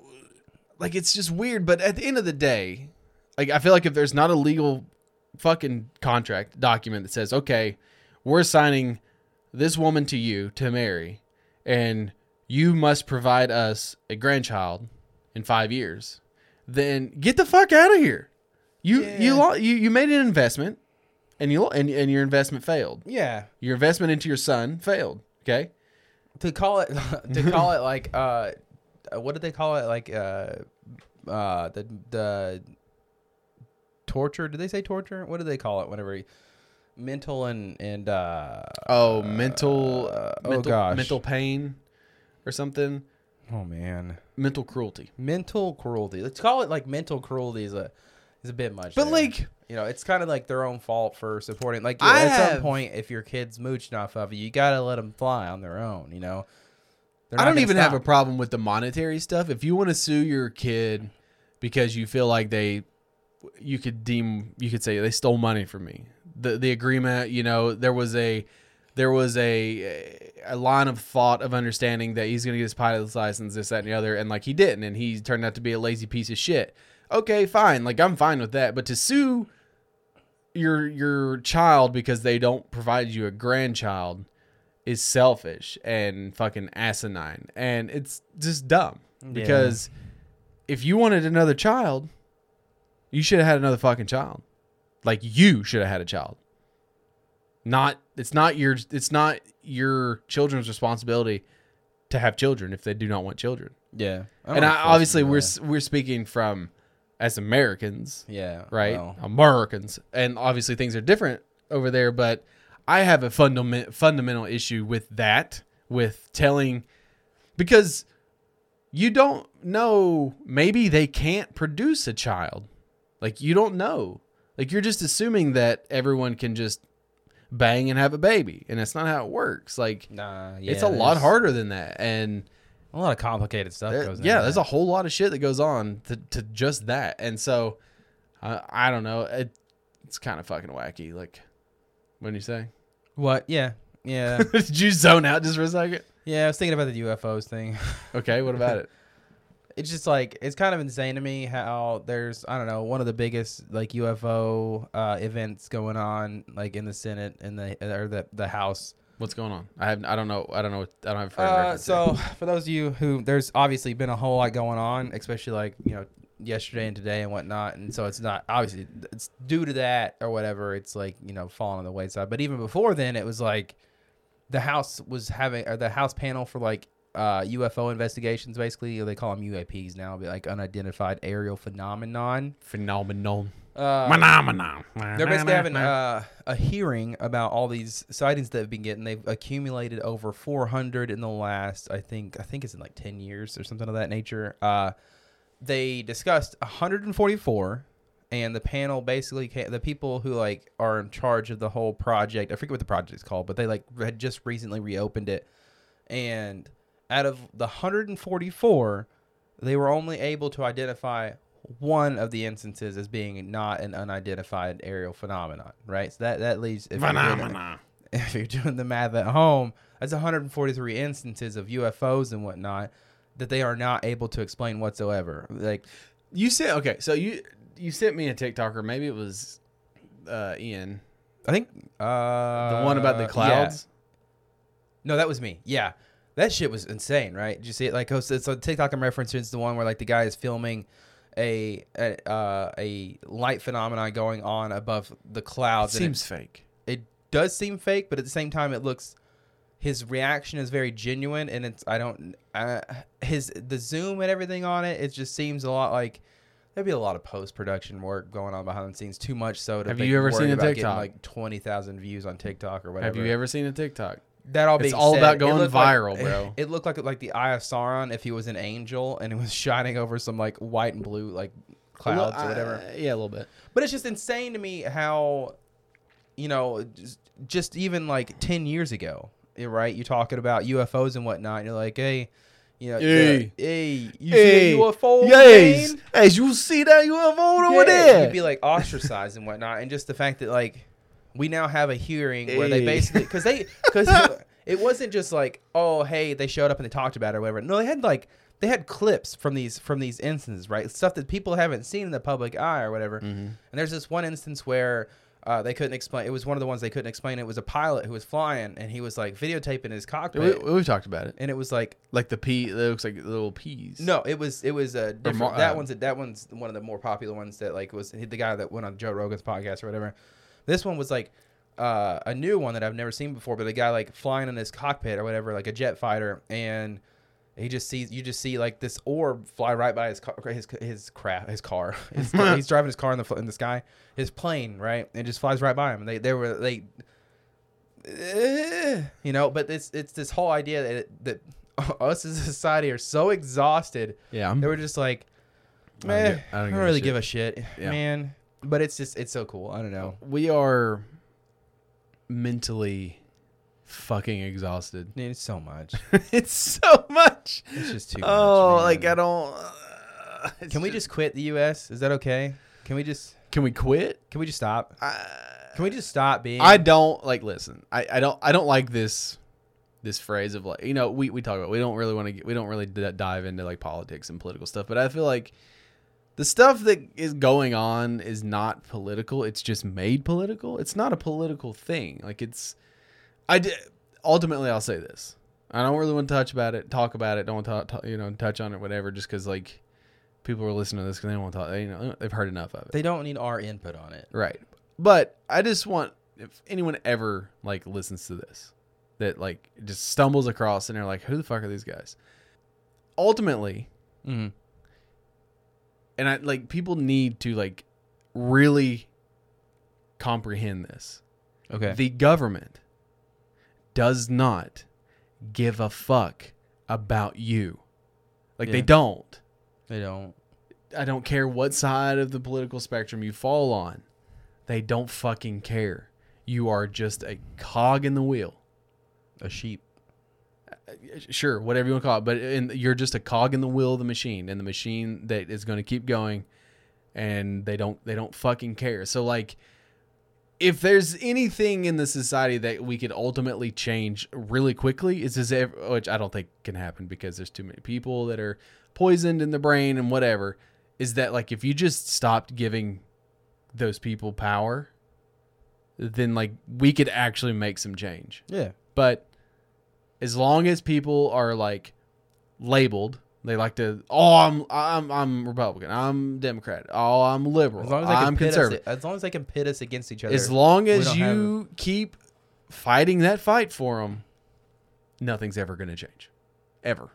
like, it's just weird. But at the end of the day, like, I feel like if there's not a legal fucking contract document that says, okay, we're assigning this woman to you to marry, and you must provide us a grandchild in five years, then get the fuck out of here. You you lo- you you made an investment, and you lo- and and your investment failed. Yeah. Your investment into your son failed. Okay. to call it to call it like uh uh, what did they call it like uh uh the the torture did they say torture what did they call it whenever he, mental and and uh Oh, mental, uh, oh mental, gosh. mental pain or something. oh man Mental cruelty. mental cruelty let's call it like mental cruelty is a is a bit much But there. like, you know it's kind of like their own fault for supporting like I at have- some point if your kids mooching off of you you gotta let them fly on their own you know They're I not don't gonna even have stop. a problem with the monetary stuff. If you want to sue your kid because you feel like they, you could deem, you could say they stole money from me. The the agreement, you know, there was a, there was a a line of thought of understanding that he's gonna get his pilot's license, this, that, and the other, and like he didn't, and he turned out to be a lazy piece of shit. Okay, fine, like I'm fine with that, but to sue your your child because they don't provide you a grandchild is selfish and fucking asinine and it's just dumb because if you wanted another child you should have had another fucking child like you should have had a child not it's not your it's not your children's responsibility to have children if they do not want children yeah don't and wanna I, force obviously them to- we're s- we're speaking from as americans yeah right? well. Americans, and obviously things are different over there. But I have a fundament fundamental issue with that, with telling, because you don't know. Maybe they can't produce a child. Like you don't know. Like you're just assuming that everyone can just bang and have a baby, and that's not how it works. Like Nah, it's a lot harder than that, and A lot of complicated stuff there- goes. yeah, there's a whole lot of shit that goes on to, to just that, and so I I don't know. It, it's kind of fucking wacky. Like, what do you say? what? Yeah, yeah, Did you zone out just for a second? yeah. I was thinking about the UFOs thing. Okay, what about it? It's just like it's kind of insane to me how there's I don't know one of the biggest like UFO uh, events going on like in the Senate and the or the the House What's going on? I have I don't know I don't know I don't have a frame Uh, reference so for those of you who there's obviously been a whole lot going on, especially like you know yesterday and today and whatnot, and so it's not obviously it's due to that or whatever. It's like you know falling on the wayside. But even before then, it was like the house was having or the house panel for like uh, UFO investigations. Basically, they call them UAPs now, but like unidentified aerial phenomenon. here. phenomenon Uh, phenomenon. they're basically having uh, a hearing about all these sightings that have been getting. They've accumulated over 400 in the last, I think, I think it's in like 10 years or something of that nature. Uh, they discussed 144, and the panel basically ca the people who like are in charge of the whole project. I forget what the project's called, but they like had just recently reopened it, and out of the 144, they were only able to identify one of the instances as being not an unidentified aerial phenomenon, right? So that that leaves if you're doing- phenomenon. if you're doing the math at home, that's 143 instances of UFOs and whatnot that they are not able to explain whatsoever. Like, You sent okay, so you you sent me a TikTok or maybe it was uh, Ian I think uh, the one about the yeah. clouds. No, that was me. Yeah. That shit was insane, right? Did you see it? Like, it's, it's a TikTok I'm referencing. It's the one where, like, the guy is filming a a, uh, a light phenomenon going on above the clouds. and it- Seems fake. it does seem fake, but at the same time, it looks his reaction is very genuine, and it's I don't uh, his the zoom and everything on it. It just seems a lot like there'd be a lot of post production work going on behind the scenes, too much so. To Have think- you ever worry seen a about getting, TikTok? like twenty thousand views on TikTok or Have whatever? you ever seen a TikTok? That all It's being all said, about it going looked like- viral, bro. It looked like like the Eye of Sauron if he was an angel and it was shining over some like white and blue like clouds or whatever. Uh, yeah, a little bit. But it's just insane to me how, you know, just, just even like 10 years ago, eh, right? You're talking about UFOs and whatnot. And you're like, hey, you know, Hey. yeah, hey you see a UFO? man? As you see that UFO Yeah, You'd be like ostracized and whatnot. And just the fact that, like, we now have a hearing where they Hey. basically, because they, because it wasn't just like, oh, hey, they showed up and they talked about it or whatever. No, they had like, they had clips from these from these instances, right? Stuff that people haven't seen in the public eye or whatever. Mm-hmm. And there's this one instance where uh, they couldn't explain. It was one of the ones they couldn't explain. It was a pilot who was flying and he was like videotaping his we, cockpit, we've talked about it. and it was like Like the pea, it looks like little peas. no, it was it was a different. Mar- that uh, one's a, that one's one of the more popular ones that like was the guy that went on Joe Rogan's podcast or whatever. This one was like uh, a new one that I've never seen before, but a guy like flying in his cockpit or whatever, like a jet fighter, and he just sees you just see like this orb fly right by his car, his his craft, his car. His, he's driving his car in the fl- in the sky, his plane, right? It just flies right by him. They they were they "Eh," you know but it's it's this whole idea that it, that us as a society are so exhausted Yeah, I'm- they were just like I don't man gi- i don't, really give a shit Yeah. man but it's just it's so cool i don't know We are mentally fucking exhausted. it's so much it's so much. it's just too Oh, much like man. I don't. uh, can we just quit the us is that okay can we just Can we quit? can we just stop I, can we just stop being I don't like. Listen, I, I don't. I don't like this. This phrase of like, you know, we, we talk about we don't really want to get we don't really d- dive into like politics and political stuff, but I feel like the stuff that is going on is not political. It's just made political. It's not a political thing. Like it's, I d- ultimately I'll say this. I don't really want to touch about it, talk about it, don't talk, you know, touch on it, whatever. Just because like people are listening to this because they don't want to talk. They, you know, they've heard enough of it. they don't need our input on it Right. But I just want if anyone ever like listens to this that like just stumbles across and they're like, who the fuck are these guys? Ultimately, mm-hmm. and I like people need to like really comprehend this. okay The government does not give a fuck about you. Like Yeah. they don't. they don't I don't care what side of the political spectrum you fall on. They don't fucking care. You are just a cog in the wheel. a sheep Sure, whatever you want to call it, but in, you're just a cog in the wheel of the machine, and the machine that is going to keep going, and they don't they don't fucking care. So like, if there's anything in the society that we could ultimately change really quickly, it's as ev- which I don't think can happen because there's too many people that are poisoned in the brain and whatever. Is that like if you just stopped giving those people power, then like we could actually make some change yeah But as long as people are like labeled, they like to oh I'm I'm I'm Republican, I'm Democrat, oh I'm liberal, As long as they can I'm pit conservative. Us, as long as they can pit us against each other. As long we as don't have you keep fighting that fight for them, nothing's ever going to change, ever.